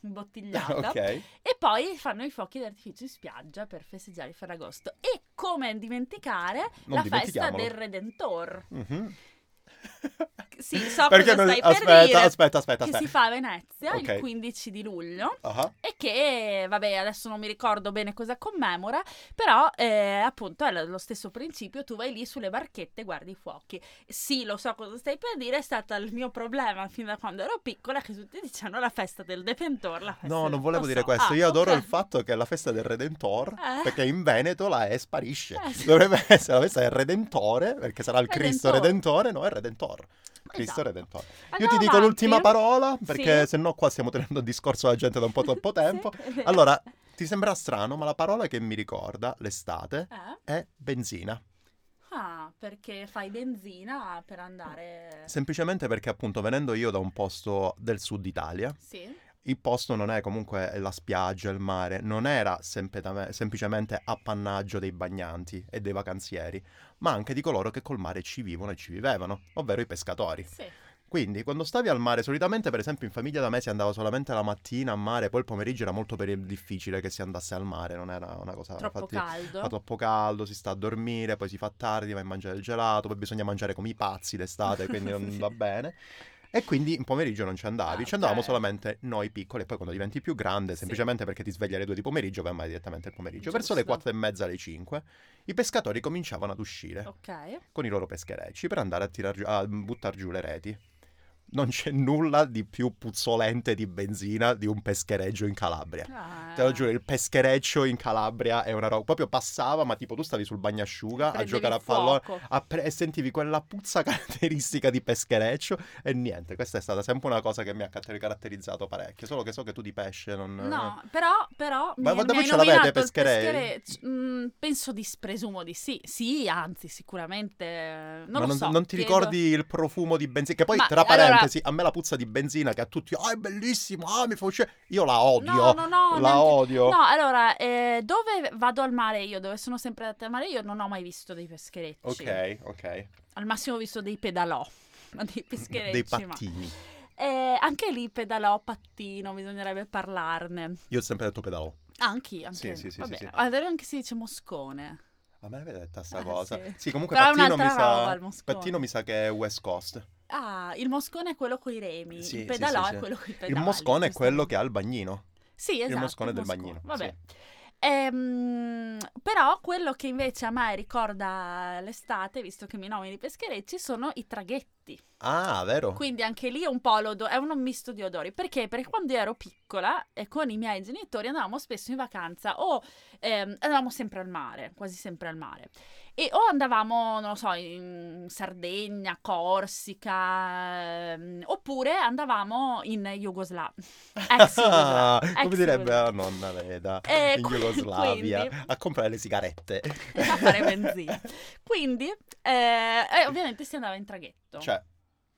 Speaker 2: imbottigliata.
Speaker 1: ok.
Speaker 2: E poi fanno i fuochi d'artificio in spiaggia per festeggiare il Ferragosto. E come dimenticare
Speaker 1: Non
Speaker 2: la festa
Speaker 1: dimentichiamolo.
Speaker 2: del Redentor.
Speaker 1: Mhm.
Speaker 2: Sì, so
Speaker 1: Perché
Speaker 2: cosa
Speaker 1: non-
Speaker 2: stai
Speaker 1: aspetta,
Speaker 2: per dire.
Speaker 1: aspetta, aspetta,
Speaker 2: Che
Speaker 1: aspetta.
Speaker 2: si fa a Venezia
Speaker 1: Ok.
Speaker 2: il 15 di luglio
Speaker 1: Ah,
Speaker 2: e che, vabbè, adesso non mi ricordo bene cosa commemora, però eh, appunto è lo lo stesso principio, tu vai lì sulle barchette e guardi i fuochi. Sì, lo so cosa stai per dire, è stato il mio problema fin da quando ero piccola che tutti dicevano la festa del Detentor, la festa
Speaker 1: No,
Speaker 2: del-
Speaker 1: non volevo
Speaker 2: lo
Speaker 1: dire
Speaker 2: so.
Speaker 1: questo.
Speaker 2: Ah,
Speaker 1: Io adoro
Speaker 2: ok.
Speaker 1: il fatto che la festa del Redentor,
Speaker 2: Eh.
Speaker 1: perché in Veneto la E sparisce.
Speaker 2: Eh, sì.
Speaker 1: Dovrebbe essere la festa del Redentore, perché sarà il Cristo
Speaker 2: Redentore.
Speaker 1: Redentore, no, è Redentor. Cristo
Speaker 2: Esatto.
Speaker 1: Redentore. Io ti
Speaker 2: Andiamo
Speaker 1: dico
Speaker 2: avanti.
Speaker 1: l'ultima parola, perché
Speaker 2: Sì.
Speaker 1: sennò qua stiamo tenendo il discorso alla gente da un po' troppo
Speaker 2: Sì,
Speaker 1: tempo.
Speaker 2: è vero.
Speaker 1: Allora, ti sembra strano, ma la parola che mi ricorda l'estate
Speaker 2: Eh?
Speaker 1: è benzina.
Speaker 2: Ah, perché fai benzina per andare...
Speaker 1: Semplicemente perché appunto venendo io da un posto del sud Italia,
Speaker 2: Sì?
Speaker 1: il posto non è comunque la spiaggia, il mare, non era sempetame- semplicemente appannaggio dei bagnanti e dei vacanzieri, ma anche di coloro che col mare ci vivono e ci vivevano, ovvero i pescatori.
Speaker 2: Sì.
Speaker 1: Quindi quando stavi al mare, solitamente per esempio in famiglia da me si andava solamente la mattina a mare, poi il pomeriggio era molto per- difficile che si andasse al mare, non era una cosa
Speaker 2: Troppo
Speaker 1: fatti-
Speaker 2: caldo.
Speaker 1: Fa troppo caldo, si sta a dormire, poi si fa tardi, vai a mangiare il gelato, poi bisogna mangiare come i pazzi d'estate, quindi non
Speaker 2: Sì.
Speaker 1: va bene. E quindi in pomeriggio non ci andavi,
Speaker 2: Ah,
Speaker 1: ci andavamo
Speaker 2: ok.
Speaker 1: solamente noi piccoli e poi quando diventi più grande,
Speaker 2: Sì.
Speaker 1: semplicemente perché ti svegli alle 2 di pomeriggio, vai a mare direttamente il pomeriggio. Verso le
Speaker 2: Giusto.
Speaker 1: 4 e mezza, alle 5, i pescatori cominciavano ad uscire
Speaker 2: Ok.
Speaker 1: con i loro pescherecci per andare a, tirar giù- a buttare giù le reti. Non c'è nulla di più puzzolente di benzina di un peschereggio in Calabria. Te
Speaker 2: eh.
Speaker 1: lo giuro, il peschereccio in Calabria è una roba. Proprio passava, ma tipo tu stavi sul bagnasciuga a
Speaker 2: Prendevi
Speaker 1: giocare a
Speaker 2: il
Speaker 1: pallone
Speaker 2: fuoco.
Speaker 1: a pre- e sentivi quella puzza caratteristica di peschereccio e niente. Questa è stata sempre una cosa che mi ha catter- caratterizzato parecchio. Solo che so che tu di pesce non.
Speaker 2: No, però, però
Speaker 1: Ma
Speaker 2: mi,
Speaker 1: da voi
Speaker 2: mi hai
Speaker 1: ce l'avete,
Speaker 2: nominato il
Speaker 1: Pescherei?
Speaker 2: peschereccio. Mm, penso di spresumo di sì. Sì, anzi, sicuramente. Non
Speaker 1: Ma
Speaker 2: lo
Speaker 1: non,
Speaker 2: so.
Speaker 1: non ti
Speaker 2: chiedo-
Speaker 1: ricordi il profumo di benzina? Che poi,
Speaker 2: Ma,
Speaker 1: tra
Speaker 2: allora-
Speaker 1: parentesi, a me la puzza di benzina che a tutti, ah, è bellissimo, ah, mi fa uscire. Io la odio.
Speaker 2: No, no, no,
Speaker 1: la
Speaker 2: neanche-
Speaker 1: odio.
Speaker 2: No, allora, eh, dove vado al mare io, dove sono sempre andata al mare io, non ho mai visto dei pescherecci.
Speaker 1: Ok, ok.
Speaker 2: Al massimo ho visto dei pedalò, ma dei pescherecci.
Speaker 1: Dei
Speaker 2: ma-
Speaker 1: pattini.
Speaker 2: Eh, anche lì pedalò, pattino, bisognerebbe parlarne.
Speaker 1: Io ho sempre detto pedalò.
Speaker 2: Ah, anche, anche.
Speaker 1: Sì, sì, sì,
Speaker 2: Vabbè,
Speaker 1: sì, sì.
Speaker 2: Allora anche si dice moscone.
Speaker 1: A me l'avete detta sta
Speaker 2: Ah,
Speaker 1: cosa.
Speaker 2: sì.
Speaker 1: Sì, comunque
Speaker 2: Però è
Speaker 1: Pattino mi
Speaker 2: un'altra roba,
Speaker 1: sa
Speaker 2: il moscone.
Speaker 1: Pattino mi sa che è West Coast.
Speaker 2: Ah, il moscone è quello coi remi,
Speaker 1: Sì, sì,
Speaker 2: il pedalò
Speaker 1: sì,
Speaker 2: è
Speaker 1: sì.
Speaker 2: quello coi pedali.
Speaker 1: Il moscone è quello
Speaker 2: giustamente.
Speaker 1: che ha il bagnino.
Speaker 2: Sì, esatto.
Speaker 1: moscone del bagnino,
Speaker 2: Vabbè. Ehm, però quello che invece a me ricorda l'estate, visto che mi nomini pescherecci, sono i traghetti.
Speaker 1: Ah, vero?
Speaker 2: Quindi anche lì è un po' l'odo- è un misto di odori. Perché? Perché quando io ero piccola e con i miei genitori andavamo spesso in vacanza o ehm, andavamo sempre al mare, quasi sempre al mare. E o andavamo, non lo so, in Sardegna, Corsica, ehm, oppure andavamo in Jugoslavia. Ex Jugoslavia.
Speaker 1: Ah, come
Speaker 2: eh, esatto, ex
Speaker 1: direbbe
Speaker 2: Jugoslavia.
Speaker 1: la nonna Veda
Speaker 2: Eh,
Speaker 1: in
Speaker 2: que-
Speaker 1: Jugoslavia
Speaker 2: quindi-
Speaker 1: a comprare le sigarette
Speaker 2: E a fare benzina. Quindi, eh, eh, ovviamente si andava in traghetto.
Speaker 1: Cioè,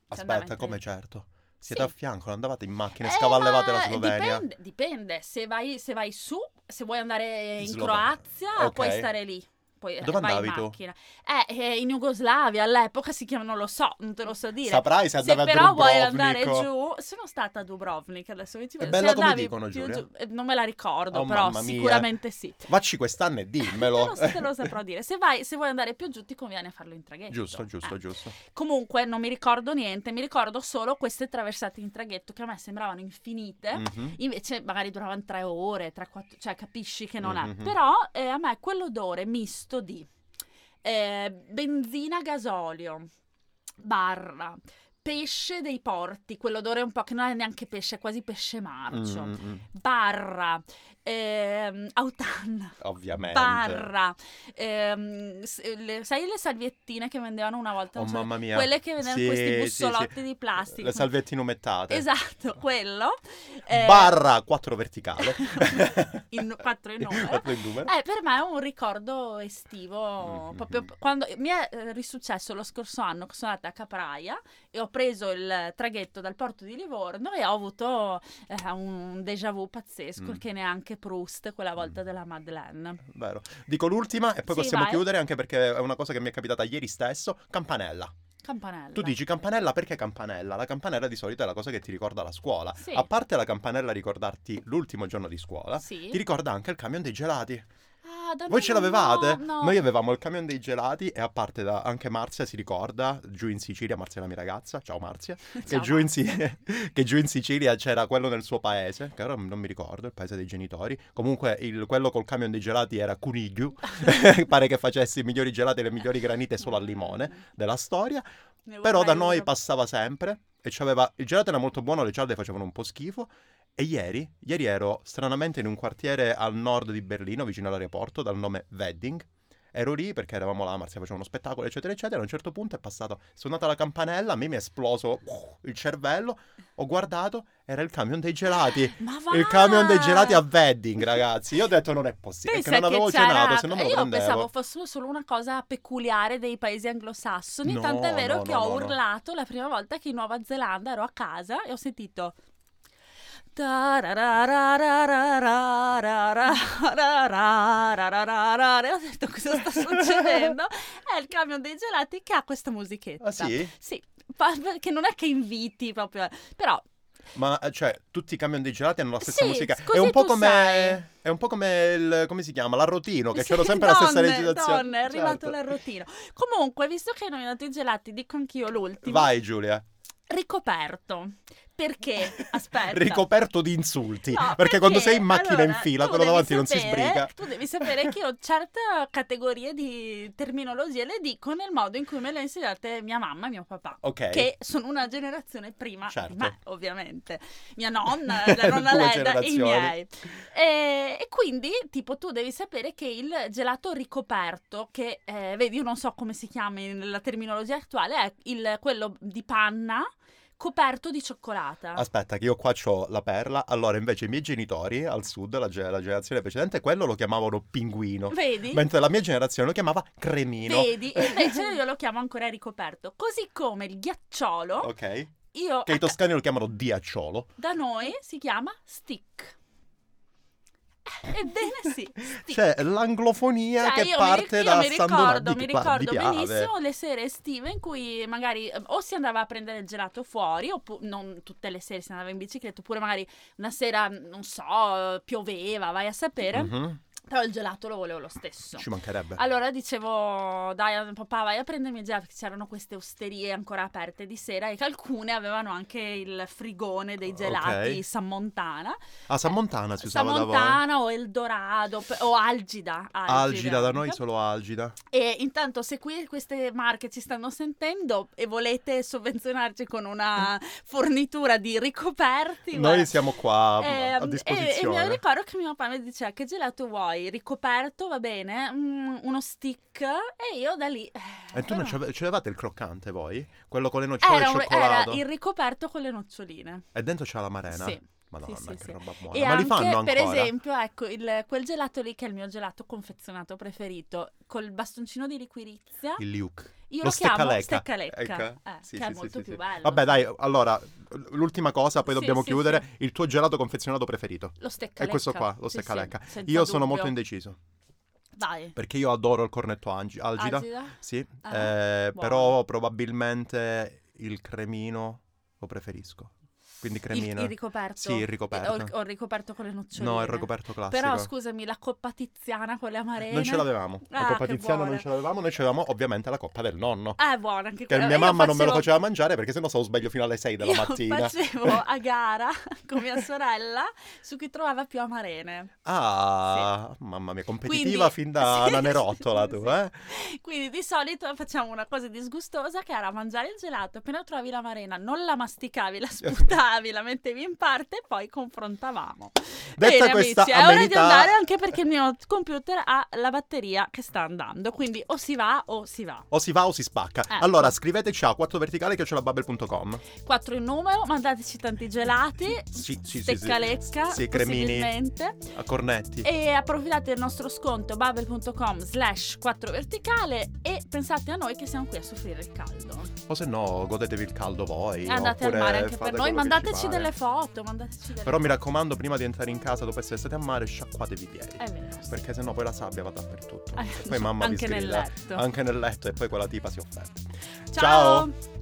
Speaker 2: andava
Speaker 1: aspetta,
Speaker 2: in
Speaker 1: come
Speaker 2: traghetto.
Speaker 1: certo. Siete
Speaker 2: Sì.
Speaker 1: a fianco, non andavate in macchina,
Speaker 2: Eh,
Speaker 1: scavallevate la
Speaker 2: ma
Speaker 1: Slovenia.
Speaker 2: Dipende, dipende. Se, vai, se vai su, se vuoi andare in
Speaker 1: Slovenia.
Speaker 2: Croazia,
Speaker 1: Ok.
Speaker 2: puoi stare lì. Poi, eh,
Speaker 1: Dove
Speaker 2: vai
Speaker 1: andavi
Speaker 2: in
Speaker 1: tu?
Speaker 2: macchina. Eh, eh, in Jugoslavia all'epoca si chiama, non lo so, non te lo so dire.
Speaker 1: Saprai se
Speaker 2: se
Speaker 1: andavi a
Speaker 2: però vuoi
Speaker 1: Dubrovnik.
Speaker 2: andare giù, sono stata a Dubrovnik adesso mi ci
Speaker 1: È
Speaker 2: vedo.
Speaker 1: bella
Speaker 2: Se
Speaker 1: come
Speaker 2: andavi
Speaker 1: dicono,
Speaker 2: più
Speaker 1: Giulia?
Speaker 2: giù- eh, non me la ricordo,
Speaker 1: Oh,
Speaker 2: però
Speaker 1: mamma mia.
Speaker 2: sicuramente sì.
Speaker 1: Vacci quest'anno e dimmelo.
Speaker 2: Te lo, te lo saprò dire. Se, vai, se vuoi andare più giù, ti conviene farlo in traghetto.
Speaker 1: giusto, giusto,
Speaker 2: Eh.
Speaker 1: giusto.
Speaker 2: Comunque, non mi ricordo niente, mi ricordo solo queste traversate in traghetto che a me sembravano infinite.
Speaker 1: Mhm.
Speaker 2: Invece magari duravano tre ore, tre, quattro, cioè capisci che non
Speaker 1: Mhm.
Speaker 2: è. Però eh, a me quell'odore misto di eh, benzina, gasolio, barra, pesce dei porti, quell'odore un po' che non è neanche pesce, è quasi pesce marcio,
Speaker 1: Mm, mm, mm.
Speaker 2: barra, ehm, autunno.
Speaker 1: Ovviamente.
Speaker 2: Barra, ehm, s- le- sai le salviettine che vendevano una volta?
Speaker 1: Oh
Speaker 2: Non so-
Speaker 1: mamma mia.
Speaker 2: Esatto, cioè, Quelle che vendono
Speaker 1: Sì,
Speaker 2: questi
Speaker 1: sì, sì.
Speaker 2: bussolotti di plastica.
Speaker 1: Le salviettine umettate.
Speaker 2: Esatto, quello. eh,
Speaker 1: Barra 4 verticale.
Speaker 2: in quattro in numero.
Speaker 1: Quattro in numero.
Speaker 2: Eh, per me è un ricordo estivo,
Speaker 1: Mhm.
Speaker 2: proprio p- quando mi è eh, risuccesso lo scorso anno che sono andata a Capraia e ho preso il traghetto dal porto di Livorno e ho avuto eh, un déjà vu pazzesco
Speaker 1: Mm.
Speaker 2: che neanche Proust quella volta
Speaker 1: Mm.
Speaker 2: della Madeleine.
Speaker 1: Vero. Dico l'ultima e poi
Speaker 2: Sì,
Speaker 1: possiamo
Speaker 2: vai.
Speaker 1: chiudere anche perché è una cosa che mi è capitata ieri stesso. Campanella.
Speaker 2: Campanella.
Speaker 1: Tu dici campanella perché campanella? La campanella di solito è la cosa che ti ricorda la scuola.
Speaker 2: Sì.
Speaker 1: A parte la campanella ricordarti l'ultimo giorno di scuola,
Speaker 2: Sì.
Speaker 1: ti ricorda anche il camion dei gelati.
Speaker 2: Ah, da
Speaker 1: Voi
Speaker 2: noi
Speaker 1: ce
Speaker 2: no,
Speaker 1: l'avevate?
Speaker 2: no.
Speaker 1: Noi avevamo il camion dei gelati e a parte da- anche Marzia si ricorda, giù in Sicilia, Marzia è la mia ragazza, ciao Marzia, che,
Speaker 2: Ciao,
Speaker 1: giù in, Si- che giù in Sicilia c'era quello nel suo paese, che ora non mi ricordo, il paese dei genitori, comunque il- quello col camion dei gelati era Cunigliu, pare che facesse i migliori gelati e le migliori granite solo al limone della storia,
Speaker 2: Ne
Speaker 1: però da
Speaker 2: vorrei
Speaker 1: noi
Speaker 2: uno.
Speaker 1: passava sempre e c'aveva... Il gelato era molto buono, le cialde facevano un po' schifo. E ieri, ieri ero stranamente in un quartiere al nord di Berlino, vicino all'aeroporto, dal nome Wedding. Ero lì perché eravamo là, Marzia faceva uno spettacolo, eccetera, eccetera. A un certo punto è passato, suonata la campanella, a me mi è esploso uh, il cervello. Ho guardato, era il camion dei gelati.
Speaker 2: Ma va!
Speaker 1: Il camion dei gelati a Wedding, ragazzi. Io ho detto non è possibile,
Speaker 2: Pensa
Speaker 1: perché non avevo
Speaker 2: che c'era-
Speaker 1: cenato, se no me lo
Speaker 2: Io
Speaker 1: prendevo.
Speaker 2: pensavo fosse solo una cosa peculiare dei paesi anglosassoni,
Speaker 1: No,
Speaker 2: tant'è vero
Speaker 1: no,
Speaker 2: che
Speaker 1: no,
Speaker 2: ho
Speaker 1: no, no.
Speaker 2: urlato la prima volta che in Nuova Zelanda ero a casa e ho sentito e ho detto cosa sta succedendo è il camion dei gelati che ha questa musichetta
Speaker 1: Ah sì?
Speaker 2: Sì, pa- che non è che inviti proprio però
Speaker 1: Ma eh, cioè, tutti i camion dei gelati hanno la stessa
Speaker 2: Sì,
Speaker 1: musica. È
Speaker 2: così
Speaker 1: un po'
Speaker 2: tu sai.
Speaker 1: come. È un po' come il. come si chiama? L'arrotino, che
Speaker 2: Sì,
Speaker 1: c'era sempre la stessa
Speaker 2: donne,
Speaker 1: recitazione.
Speaker 2: donne, è arrivato
Speaker 1: Certo.
Speaker 2: l'arrotino. Comunque, visto che hai nominato i gelati, dico anch'io l'ultimo.
Speaker 1: Vai, Giulia.
Speaker 2: Ricoperto. Perché? Aspetta.
Speaker 1: Ricoperto di insulti.
Speaker 2: No,
Speaker 1: perché, quando sei in macchina in
Speaker 2: allora,
Speaker 1: fila,
Speaker 2: tu
Speaker 1: quello
Speaker 2: devi
Speaker 1: davanti non si
Speaker 2: sapere-
Speaker 1: sbriga.
Speaker 2: Tu devi sapere che io certe categorie di terminologie le dico nel modo in cui me le ha insegnate mia mamma e mio papà.
Speaker 1: Ok.
Speaker 2: Che sono una generazione prima
Speaker 1: Certo.
Speaker 2: di me, ovviamente. Mia nonna, la nonna
Speaker 1: Due
Speaker 2: Leda, i
Speaker 1: generazioni.
Speaker 2: miei. E, e quindi, tipo, tu devi sapere che il gelato ricoperto, che eh, vedi, io non so come si chiami nella terminologia attuale, è il- quello di panna coperto di cioccolata.
Speaker 1: Aspetta, che io qua ho la perla. Allora, invece, i miei genitori al sud, la, ge- la generazione precedente, quello lo chiamavano pinguino.
Speaker 2: Vedi?
Speaker 1: Mentre la mia generazione lo chiamava cremino.
Speaker 2: Vedi? E invece io lo chiamo ancora ricoperto. Così come il ghiacciolo,
Speaker 1: Ok.
Speaker 2: io
Speaker 1: Che i toscani lo chiamano diacciolo.
Speaker 2: da noi si chiama stick. Eh, Ebbene sì, stick.
Speaker 1: Cioè, l'anglofonia
Speaker 2: Cioè,
Speaker 1: che
Speaker 2: io mi ric-
Speaker 1: parte
Speaker 2: io
Speaker 1: da
Speaker 2: mi
Speaker 1: San
Speaker 2: ricordo,
Speaker 1: Donato
Speaker 2: mi
Speaker 1: di, Pia-
Speaker 2: ricordo
Speaker 1: di Piave.
Speaker 2: benissimo le sere estive in cui magari eh, o si andava a prendere il gelato fuori, oppure non tutte le sere si andava in bicicletta, oppure magari una sera, non so, pioveva, vai a sapere,
Speaker 1: Mhm,
Speaker 2: però il gelato lo volevo lo stesso.
Speaker 1: Ci mancherebbe.
Speaker 2: Allora dicevo, dai eh, papà vai a prendermi il gelato, perché c'erano queste osterie ancora aperte di sera e che alcune avevano anche il frigone dei gelati
Speaker 1: Ok.
Speaker 2: San Montana.
Speaker 1: a San Montana si
Speaker 2: San
Speaker 1: usava da voi.
Speaker 2: Montana o Eldorado pe- o Algida.
Speaker 1: Algida, da noi solo algida.
Speaker 2: E intanto se qui queste marche ci stanno sentendo e volete sovvenzionarci con una fornitura di ricoperti. guarda,
Speaker 1: Noi siamo qua a
Speaker 2: Ehm, E, e mi
Speaker 1: disposizione.
Speaker 2: ricordo che mio papà mi diceva che gelato vuoi, ricoperto, va bene, mm, uno stick e io da lì... eh,
Speaker 1: E tu non
Speaker 2: però-
Speaker 1: c'ave- ce l'avevate il croccante voi? Quello con le nocciole
Speaker 2: era,
Speaker 1: e
Speaker 2: un-
Speaker 1: il cioccolato?
Speaker 2: era il ricoperto con le noccioline.
Speaker 1: E dentro c'è la marena?
Speaker 2: Sì.
Speaker 1: Madonna,
Speaker 2: Sì, sì,
Speaker 1: che
Speaker 2: sì.
Speaker 1: roba buona.
Speaker 2: E
Speaker 1: Ma
Speaker 2: anche,
Speaker 1: li fanno ancora?
Speaker 2: per esempio, ecco, il- quel gelato lì che è il mio gelato confezionato preferito, col bastoncino di liquirizia,
Speaker 1: il Luke.
Speaker 2: io
Speaker 1: lo
Speaker 2: lo chiamo
Speaker 1: steccaleca.
Speaker 2: steccaleca,
Speaker 1: Ecco.
Speaker 2: eh,
Speaker 1: Sì,
Speaker 2: che
Speaker 1: sì, sì,
Speaker 2: è molto
Speaker 1: sì,
Speaker 2: più
Speaker 1: sì.
Speaker 2: bello.
Speaker 1: Vabbè, dai, allora, l- l'ultima cosa, poi
Speaker 2: Sì,
Speaker 1: dobbiamo
Speaker 2: sì,
Speaker 1: chiudere. Il tuo gelato confezionato preferito.
Speaker 2: Lo steccaleca.
Speaker 1: È eh, questo qua, lo
Speaker 2: Sì, sì,
Speaker 1: steccaleca.
Speaker 2: senza
Speaker 1: Io sono
Speaker 2: dubbio.
Speaker 1: molto indeciso,
Speaker 2: Vai.
Speaker 1: perché io adoro il cornetto angi- algida.
Speaker 2: Agida.
Speaker 1: Sì,
Speaker 2: Ah,
Speaker 1: eh,
Speaker 2: buono.
Speaker 1: però probabilmente il cremino lo preferisco. Quindi
Speaker 2: Il,
Speaker 1: cremino.
Speaker 2: il ricoperto.
Speaker 1: Sì, il ricoperto.
Speaker 2: Ho il, ho il ricoperto con le noccioline.
Speaker 1: no, il ricoperto classico.
Speaker 2: Però scusami, la coppa tiziana con le amarene.
Speaker 1: non ce l'avevamo.
Speaker 2: Ah,
Speaker 1: la coppa
Speaker 2: che
Speaker 1: tiziana
Speaker 2: buona.
Speaker 1: non ce l'avevamo, noi ce l'avevamo ovviamente la coppa del nonno.
Speaker 2: Ah, è buona
Speaker 1: Che
Speaker 2: anche quella.
Speaker 1: mia
Speaker 2: Io
Speaker 1: mamma non me lo
Speaker 2: facevo-
Speaker 1: faceva mangiare perché sennò stavo sveglio fino alle 6 della
Speaker 2: io
Speaker 1: mattina. Eh.
Speaker 2: facevo a gara con mia sorella su chi trovava più amarene.
Speaker 1: Ah, mamma mia, competitiva
Speaker 2: Quindi-
Speaker 1: fin da
Speaker 2: sì,
Speaker 1: una nerottola
Speaker 2: sì,
Speaker 1: tu,
Speaker 2: sì.
Speaker 1: eh?
Speaker 2: Quindi di solito facciamo una cosa disgustosa che era mangiare il gelato. Appena trovavi l'amarena, non la masticavi, la sputavi, la mettevi in parte e poi confrontavamo.
Speaker 1: Detta
Speaker 2: Bene,
Speaker 1: questa
Speaker 2: amici, è ora di
Speaker 1: amenità-
Speaker 2: andare anche perché il mio computer ha la batteria che sta andando. Quindi o si va o si va.
Speaker 1: O si va o si spacca.
Speaker 2: Eh.
Speaker 1: Allora, scriveteci a 4 verticale che c'è la bubble.com.
Speaker 2: Quattro in numero, mandateci tanti gelati.
Speaker 1: Sì, sì, sì, sì.
Speaker 2: Steccalecca,
Speaker 1: Sì, cremini.
Speaker 2: possibilmente.
Speaker 1: A cornetti.
Speaker 2: E approfittate del nostro sconto babel.com slash 4 verticale e pensate a noi che siamo qui a soffrire il caldo.
Speaker 1: O se no, godetevi il caldo voi.
Speaker 2: E andate al
Speaker 1: oppure
Speaker 2: mare anche
Speaker 1: fate
Speaker 2: per noi,
Speaker 1: quello che ci
Speaker 2: mandateci
Speaker 1: pare.
Speaker 2: delle foto, mandateci delle
Speaker 1: Però mi raccomando, prima di entrare in casa, dopo essere stati a mare, sciacquatevi i piedi.
Speaker 2: È vero. Eh, sì.
Speaker 1: Perché sennò poi la sabbia va dappertutto.
Speaker 2: Eh,
Speaker 1: E poi mamma vi Ah,
Speaker 2: Anche nel
Speaker 1: sgrida.
Speaker 2: letto.
Speaker 1: Anche nel letto e poi quella tipa si offende.
Speaker 2: Ciao.